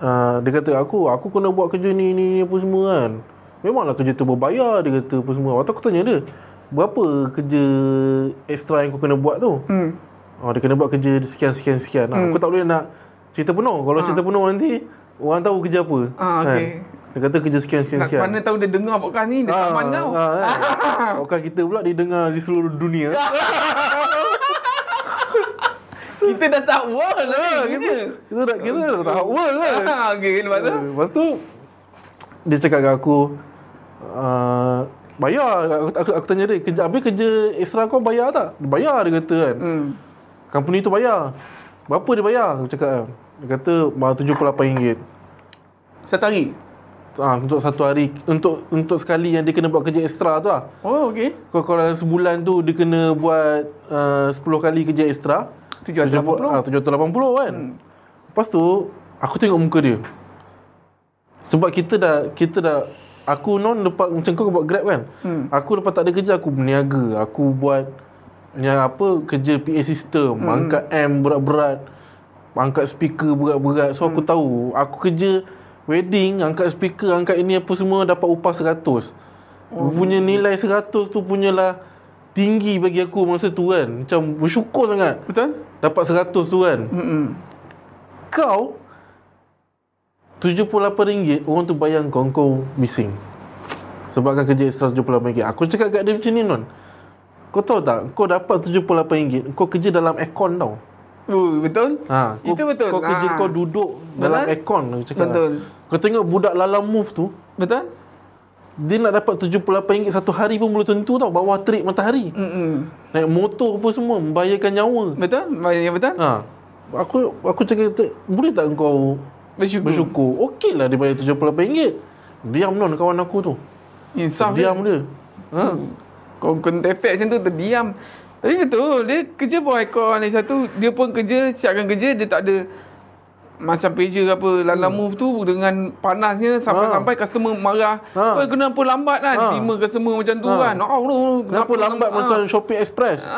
Speaker 1: Uh, dia kata aku, aku kena buat kerja ni, ni, ni apa semua kan. Memanglah kerja tu berbayar, dia kata apa semua. Lepas tu aku tanya dia, berapa kerja ekstra yang kau kena buat tu?
Speaker 2: Hmm.
Speaker 1: Oh, dia kena buat kerja sekian sekian sekian. Hmm. Aku tak boleh nak cerita penuh. Kalau cerita penuh nanti orang tahu kerja apa. kan?
Speaker 2: Ah, okey.
Speaker 1: Dia kata kerja sekian sekian
Speaker 2: Tak
Speaker 1: sekian.
Speaker 2: mana tahu dia dengar podcast ni, dia saman kau.
Speaker 1: ah, kan. Bukan kita pula didengar di seluruh dunia.
Speaker 2: Ah, Kita dah tak wall
Speaker 1: Ah,
Speaker 2: lah ni kerja.
Speaker 1: kita dah kita dah tahap world kan.
Speaker 2: Ha, okey, lepas tu.
Speaker 1: Eh, Lepas tu dia cakap kat aku uh, bayar aku, aku, aku tanya dia kerja habis kerja ekstra kau bayar tak? Dia bayar dia kata kan.
Speaker 2: Hmm.
Speaker 1: Company tu bayar. Berapa dia bayar? Aku cakap kan. Dia kata RM78.
Speaker 2: Satu hari.
Speaker 1: Ah, untuk satu hari untuk untuk sekali yang dia kena buat kerja ekstra tu lah.
Speaker 2: Oh, okey.
Speaker 1: Kalau kalau dalam sebulan tu dia kena buat uh, 10 kali kerja ekstra.
Speaker 2: 780.
Speaker 1: Ah, 780 kan. Hmm. Lepas tu aku tengok muka dia. Sebab kita dah kita dah aku non lepas macam kau buat Grab kan. Hmm. Aku lepas tak ada kerja aku berniaga, aku buat yang apa kerja PA system, hmm. angkat amp berat-berat, angkat speaker berat-berat. So aku tahu, aku kerja wedding, angkat speaker, angkat ini apa semua dapat upah 100. Oh. Punya nilai 100 tu punyalah tinggi bagi aku masa tu kan. Macam bersyukur sangat.
Speaker 2: Betul?
Speaker 1: Dapat 100 tu kan
Speaker 2: Hmm.
Speaker 1: Kau RM78 Orang tu bayang kau Kau bising Sebabkan kerja ekstra RM78 Aku cakap kat dia macam ni non Kau tahu tak Kau dapat RM78 Kau kerja dalam aircon tau
Speaker 2: Uh, betul?
Speaker 1: ha, kau,
Speaker 2: Itu betul.
Speaker 1: Kau kerja
Speaker 2: Ha.
Speaker 1: kau duduk Dalam
Speaker 2: Betul.
Speaker 1: aircon aku cakap lah.
Speaker 2: Betul.
Speaker 1: Kau tengok budak Lala Move tu
Speaker 2: Betul?
Speaker 1: Dia nak dapat RM78 Satu hari pun belum tentu tau Bawah terik matahari
Speaker 2: Hmm.
Speaker 1: Naik motor apa semua Membahayakan nyawa
Speaker 2: Betul? Bayar betul?
Speaker 1: ha. Aku aku cakap "Tak, Boleh tak kau
Speaker 2: Bersyukur.
Speaker 1: bersyukur. Okey lah dia bayar RM78. Diam non kawan aku tu.
Speaker 2: Insaf dia.
Speaker 1: Diam dia. Ha?
Speaker 2: Kau kena tepek macam tu terdiam. Tapi betul, dia kerja buat ikon lagi satu, dia pun kerja, siapkan kerja, dia tak ada macam pressure ke apa. Lala hmm. move tu dengan panasnya sampai-sampai customer marah.
Speaker 1: Ha.
Speaker 2: Ha. kenapa lambat kan?
Speaker 1: Ha.
Speaker 2: Ha. Terima customer macam tu
Speaker 1: Ha.
Speaker 2: kan. Oh, no, no,
Speaker 1: Kenapa lambat
Speaker 2: Ah.
Speaker 1: macam Shopee Express?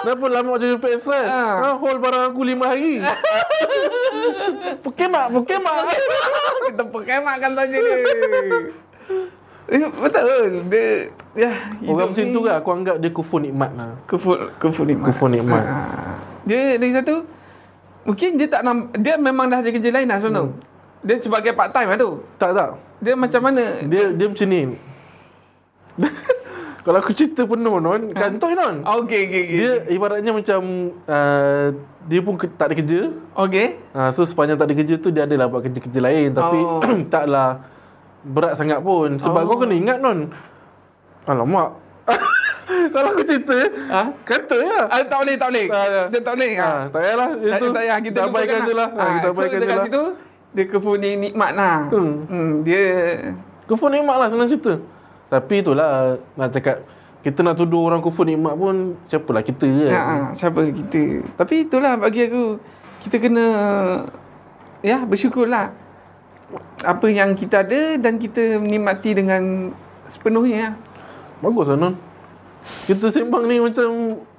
Speaker 1: Kenapa lambat macam Shopee Express?
Speaker 2: Ha.
Speaker 1: Ha. hold barang aku lima hari. Pukemak, pukemak.
Speaker 2: Kita perkemakkan saja dia. Eh, betul. Dia ya
Speaker 1: Orang macam tu kan, aku anggap dia kufur nikmat lah.
Speaker 2: Kufur kufur nikmat.
Speaker 1: Kufur nikmat.
Speaker 2: Ah. Dia lagi satu mungkin dia tak nam, dia memang dah ada kerja lain lah sebenarnya. Hmm. Dia sebagai part time lah tu.
Speaker 1: Tak tak,
Speaker 2: Dia macam mana? Dia,
Speaker 1: dia dia macam ni. Kalau aku cerita penuh non, kantoi non.
Speaker 2: okay, okay, okay.
Speaker 1: Dia ibaratnya macam uh, dia pun ke, tak ada kerja.
Speaker 2: okay.
Speaker 1: Ha, so sepanjang tak ada kerja tu dia adalah buat kerja-kerja lain tapi
Speaker 2: Oh.
Speaker 1: oh. taklah berat sangat pun sebab oh. kau kena ingat non. Alamak. Kalau aku cerita,
Speaker 2: Ha?
Speaker 1: kata ya.
Speaker 2: Ah, tak boleh, tak boleh.
Speaker 1: Ah, ah.
Speaker 2: Dia tak boleh. Ah.
Speaker 1: Ha, tak payahlah.
Speaker 2: Tak,
Speaker 1: Itu
Speaker 2: tak payah kita
Speaker 1: kita abaikan
Speaker 2: lupakan
Speaker 1: je lah. Ha, kita
Speaker 2: Ah, so,
Speaker 1: abaikan je
Speaker 2: dekat
Speaker 1: lah.
Speaker 2: situ dia kepuni nikmat lah.
Speaker 1: Hmm.
Speaker 2: Hmm. hmm. Dia
Speaker 1: Kufur nikmat lah senang cerita. Tapi itulah nak cakap kita nak tuduh orang kufur nikmat pun siapalah kita kan.
Speaker 2: ha, ha, siapa kita. Tapi itulah bagi aku kita kena ya bersyukur lah. Apa yang kita ada dan kita menikmati dengan sepenuhnya.
Speaker 1: Bagus lah non. Kita sembang ni macam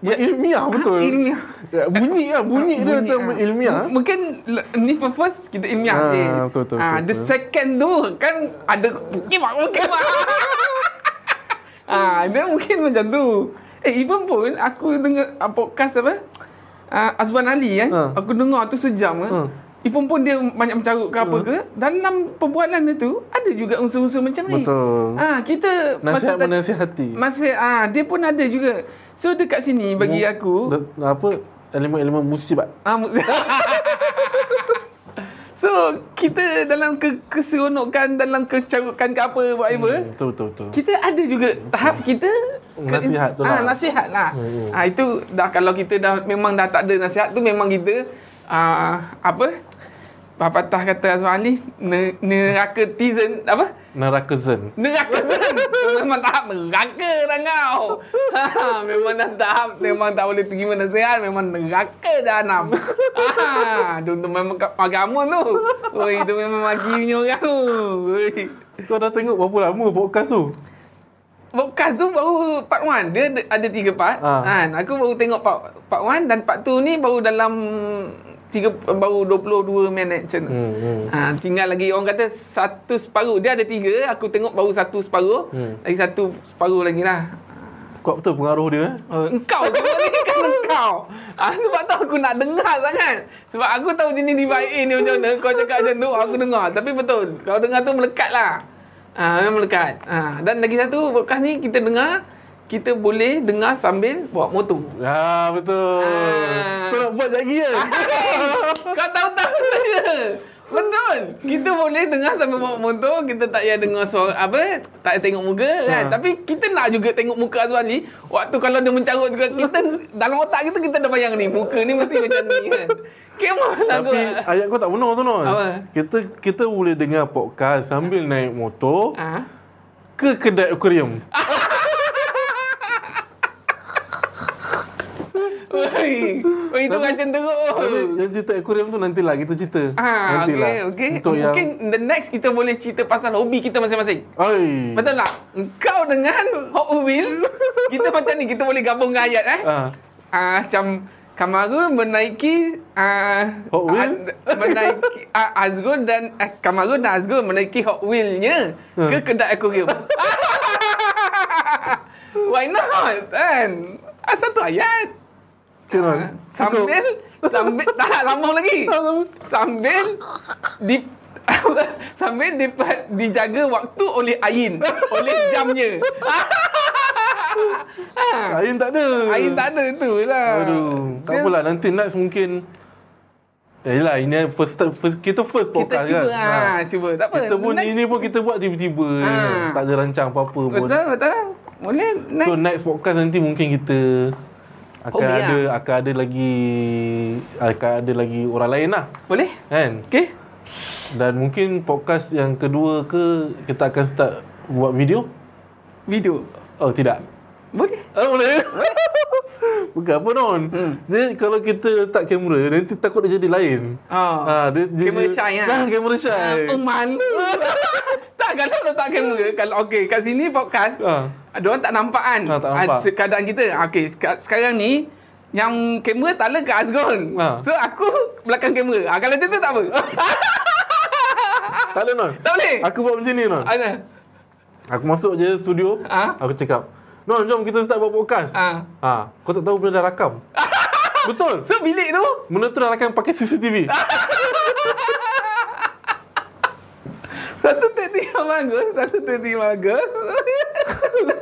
Speaker 2: Ya.
Speaker 1: ilmiah Ah, betul.
Speaker 2: Ilmiah.
Speaker 1: Ya, bunyi lah, bunyi, dia
Speaker 2: Bunyi,
Speaker 1: macam
Speaker 2: ah.
Speaker 1: ilmiah. eh?
Speaker 2: M- Mungkin l- ni for first kita ilmiah
Speaker 1: Ah,
Speaker 2: je.
Speaker 1: betul, betul,
Speaker 2: Ah,
Speaker 1: betul,
Speaker 2: the
Speaker 1: betul.
Speaker 2: second tu kan ada kimak kimak. Ah, dia mungkin macam tu. Eh, even pun aku dengar ah, podcast apa? Ah, Azwan Ali kan.
Speaker 1: Ha.
Speaker 2: Aku dengar tu sejam kan.
Speaker 1: Ha.
Speaker 2: Even pun dia banyak mencarut ke
Speaker 1: Ah.
Speaker 2: apa ke, dalam perbualan dia tu ada juga unsur-unsur macam ni.
Speaker 1: Betul.
Speaker 2: Ah, kita
Speaker 1: Nasihat
Speaker 2: masa
Speaker 1: menasihati.
Speaker 2: masa ah dia pun ada juga. So dekat sini bagi aku
Speaker 1: Da- Apa elemen-elemen musibat.
Speaker 2: ah, mu- So kita dalam ke keseronokan dalam kecarukan ke apa whatever
Speaker 1: Hmm, Betul betul betul.
Speaker 2: kita ada juga tahap kita
Speaker 1: Nasihat tu lah.
Speaker 2: Ah, nasihat lah.
Speaker 1: Hmm.
Speaker 2: Ah, itu dah kalau kita dah memang dah tak ada nasihat tu memang kita ah, apa Papatah kata Azman Ali ne- neraka tizen apa
Speaker 1: Neraka zen.
Speaker 2: neraka tizen memang tahap neraka dah kau ha, memang dah tahap memang tak boleh terima nasihat memang neraka jahanam ha, tu, tu memang kat agama tu Oi, tu memang maki punya orang tu Oi.
Speaker 1: Kau dah tengok berapa lama podcast tu?
Speaker 2: Podcast tu baru part 1 Dia ada- ada tiga part
Speaker 1: Ah.
Speaker 2: ha. Aku baru tengok part, part 1 Dan part 2 ni baru dalam tiga, Baru 22 minit macam tu
Speaker 1: Hmm, hmm.
Speaker 2: ha, Tinggal lagi orang kata Satu separuh Dia ada tiga Aku tengok baru satu separuh
Speaker 1: Hmm.
Speaker 2: Lagi satu separuh lagi lah
Speaker 1: Kuat betul pengaruh dia eh?
Speaker 2: Oh, engkau sebab ni kan engkau ha, Sebab tu aku nak dengar sangat Sebab aku tahu jenis diva A ni macam mana Kau cakap macam tu aku dengar Tapi betul Kau dengar tu melekat lah ha, memang Melekat ha, Dan lagi satu podcast ni kita dengar Kita boleh dengar sambil bawa motor
Speaker 1: Ya betul.
Speaker 2: Ah.
Speaker 1: Kau nak buat lagi kan?
Speaker 2: Kau tahu-tahu saja Betul Kita boleh dengar sambil bawa motor Kita tak payah dengar suara Apa Tak payah tengok muka kan
Speaker 1: Ha.
Speaker 2: Tapi kita nak juga tengok muka Azwan ni Waktu kalau dia mencarut juga Kita Dalam otak kita Kita dah bayang ni Muka ni mesti macam ni kan Kemah lah
Speaker 1: Tapi
Speaker 2: kau.
Speaker 1: ayat kau tak benar tu non.
Speaker 2: Apa?
Speaker 1: Kita kita boleh dengar podcast sambil naik motor
Speaker 2: Ah.
Speaker 1: ke kedai akuarium.
Speaker 2: Oi, Oi, itu macam teruk.
Speaker 1: Tapi yang cerita akuarium tu nantilah kita cerita.
Speaker 2: Ah,
Speaker 1: nantilah.
Speaker 2: okey, okey.
Speaker 1: Untuk yang
Speaker 2: Mungkin the next kita boleh cerita pasal hobi kita masing-masing.
Speaker 1: Oi.
Speaker 2: Betul tak? Kau dengan Hot Wheel Kita macam ni Kita boleh gabung dengan ayat eh
Speaker 1: Ah.
Speaker 2: Ah Macam Kamaru menaiki ah
Speaker 1: Hot Wheel?
Speaker 2: ah, Menaiki ah, Azrul dan ah, Kamaru dan Azrul menaiki Hot Wheel-nya Ke
Speaker 1: Hmm.
Speaker 2: kedai akuarium Why not? Kan? Ah, satu ayat
Speaker 1: Okay, non.
Speaker 2: Ah,
Speaker 1: Cukup.
Speaker 2: Sambil Sambil Tak lama lagi Sambil di sambil di, dijaga waktu oleh Ain oleh jamnya.
Speaker 1: Ain Ah. tak ada.
Speaker 2: Ain tak ada tu lah.
Speaker 1: Aduh, tak
Speaker 2: Dia-
Speaker 1: apalah nanti next mungkin Eh lah ini first, time- first kita first
Speaker 2: Kita
Speaker 1: podcast
Speaker 2: cuba
Speaker 1: kan.
Speaker 2: ah,
Speaker 1: Ah.
Speaker 2: cuba. Tak apa.
Speaker 1: Kita pun
Speaker 2: next,
Speaker 1: ini pun kita buat tiba-tiba.
Speaker 2: Ah.
Speaker 1: Tak ada rancang apa-apa pun.
Speaker 2: betul betul. Boleh next.
Speaker 1: So next podcast nanti mungkin kita akan
Speaker 2: Hobi ah.
Speaker 1: ada akan ada lagi akan ada lagi orang lain lah
Speaker 2: boleh.
Speaker 1: kan.
Speaker 2: Okey.
Speaker 1: Dan mungkin podcast yang kedua ke kita akan start buat video?
Speaker 2: Video.
Speaker 1: Oh tidak.
Speaker 2: Ah, Boleh.
Speaker 1: Oh, boleh. Bukan apa non. Hmm. Jadi kalau kita letak kamera nanti takut dia jadi lain.
Speaker 2: Oh.
Speaker 1: Ha, dia jadi
Speaker 2: Kamera shy kan?
Speaker 1: Ah, kamera shy.
Speaker 2: Ah, oh, malu. tak, kalau letak kamera, kalau okey, kat sini podcast,
Speaker 1: Ah.
Speaker 2: ah. diorang tak nampak kan?
Speaker 1: Ah, tak nampak.
Speaker 2: Ah, se- keadaan kita, ah, okey, seka- sekarang ni, yang kamera tak ada kat Azgon.
Speaker 1: Ah.
Speaker 2: So, aku belakang kamera. Ah, kalau macam tu tak apa.
Speaker 1: Tak ada non.
Speaker 2: tak boleh? Ah,
Speaker 1: Aku buat macam ni non.
Speaker 2: Ana.
Speaker 1: Aku masuk je studio.
Speaker 2: Ah.
Speaker 1: Aku cakap, "Non, jom kita start buat podcast."
Speaker 2: Ah.
Speaker 1: Ha, kau tak tahu benda dah rakam. Betul.
Speaker 2: So, bilik tu,
Speaker 1: Benda tu dah rakam pakai CCTV.
Speaker 2: Ah. satu tetik yang bagus, satu tetik yang bagus.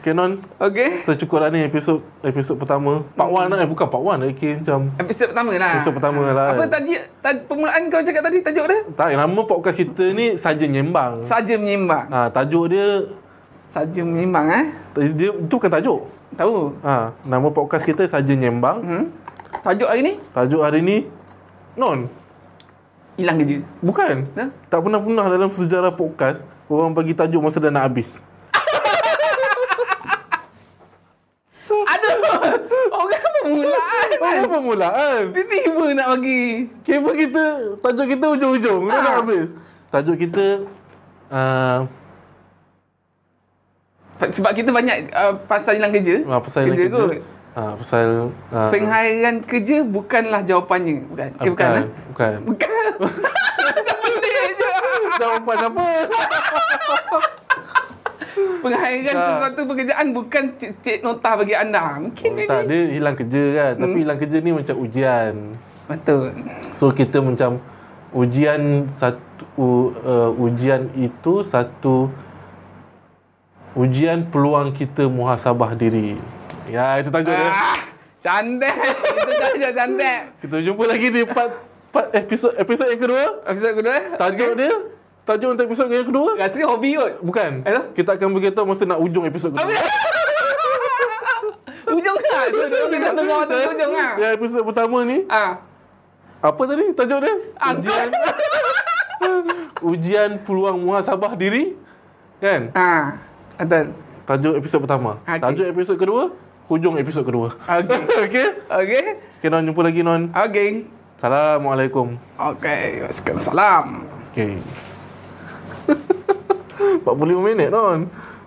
Speaker 1: Okay, non.
Speaker 2: okey.
Speaker 1: Secukur lah ni episod episod pertama. Part 1
Speaker 2: Hmm.
Speaker 1: lah. Eh, bukan part 1. Okay, macam...
Speaker 2: Episod pertama lah.
Speaker 1: Episod pertama lah,
Speaker 2: Apa
Speaker 1: kan?
Speaker 2: tajuk, taj- permulaan kau cakap tadi, tajuk dia?
Speaker 1: Tak, nama podcast kita ni Saja Nyembang.
Speaker 2: Saja menyimbang.
Speaker 1: Ha, tajuk dia...
Speaker 2: Saja menyimbang, eh.
Speaker 1: dia itu bukan tajuk.
Speaker 2: Tahu?
Speaker 1: Ha, nama podcast kita Saja Nyembang.
Speaker 2: Hmm? Tajuk hari ni
Speaker 1: Tajuk hari ni... Non.
Speaker 2: hilang kerja.
Speaker 1: Bukan.
Speaker 2: Ha?
Speaker 1: Tak pernah-pernah dalam sejarah podcast, orang bagi tajuk masa dah nak habis.
Speaker 2: Aduh. Orang permulaan.
Speaker 1: Apa permulaan?
Speaker 2: Tiba-tiba nak bagi.
Speaker 1: Kabel kita, tajuk kita ujung-ujung. Dah
Speaker 2: Ha.
Speaker 1: nak habis. Tajuk kita... Uh,
Speaker 2: Sebab kita banyak uh, pasal hilang kerja.
Speaker 1: ah, pasal kerja, kerja.
Speaker 2: kot.
Speaker 1: Ah, pasal... Uh,
Speaker 2: Pengharaian kerja bukanlah jawapannya. Bukan. Eh, bukan. Bukan.
Speaker 1: Bukan.
Speaker 2: bukan. Macam pelik je.
Speaker 1: Jawapan apa?
Speaker 2: Pengairan
Speaker 1: Tak.
Speaker 2: sesuatu pekerjaan bukan titik nota bagi anda. Mungkin
Speaker 1: Oh,
Speaker 2: maybe.
Speaker 1: tak, dia hilang kerja kan. Tapi hilang kerja ni macam ujian.
Speaker 2: Betul.
Speaker 1: So kita macam ujian satu u- uh, ujian itu satu ujian peluang kita muhasabah diri. Ya, itu tajuk dia.
Speaker 2: Ah, cantik. Itu saja cantik.
Speaker 1: Kita jumpa lagi di part, part episod episod yang kedua.
Speaker 2: Episod kedua.
Speaker 1: Tajuk dia tajuk untuk episod yang kedua
Speaker 2: Rasanya hobi kot.
Speaker 1: bukan.
Speaker 2: Eh, tu?
Speaker 1: Kita akan beritahu masa nak ujung episod kedua.
Speaker 2: Ujung lah. Ujung kita dengar tu ujung lah.
Speaker 1: Ya, episod pertama ni
Speaker 2: Ah.
Speaker 1: apa tadi tajuk dia?
Speaker 2: Ah,
Speaker 1: Ujian ujian peluang muhasabah diri. Kan?
Speaker 2: Ah. Betul.
Speaker 1: Tajuk episod pertama.
Speaker 2: Okey.
Speaker 1: Tajuk episod kedua, hujung episod kedua.
Speaker 2: Okey.
Speaker 1: Okey.
Speaker 2: Okey.
Speaker 1: Okay, non jumpa lagi non.
Speaker 2: Okey.
Speaker 1: Assalamualaikum.
Speaker 2: Okey. Salam.
Speaker 1: Okey. 45 minit non.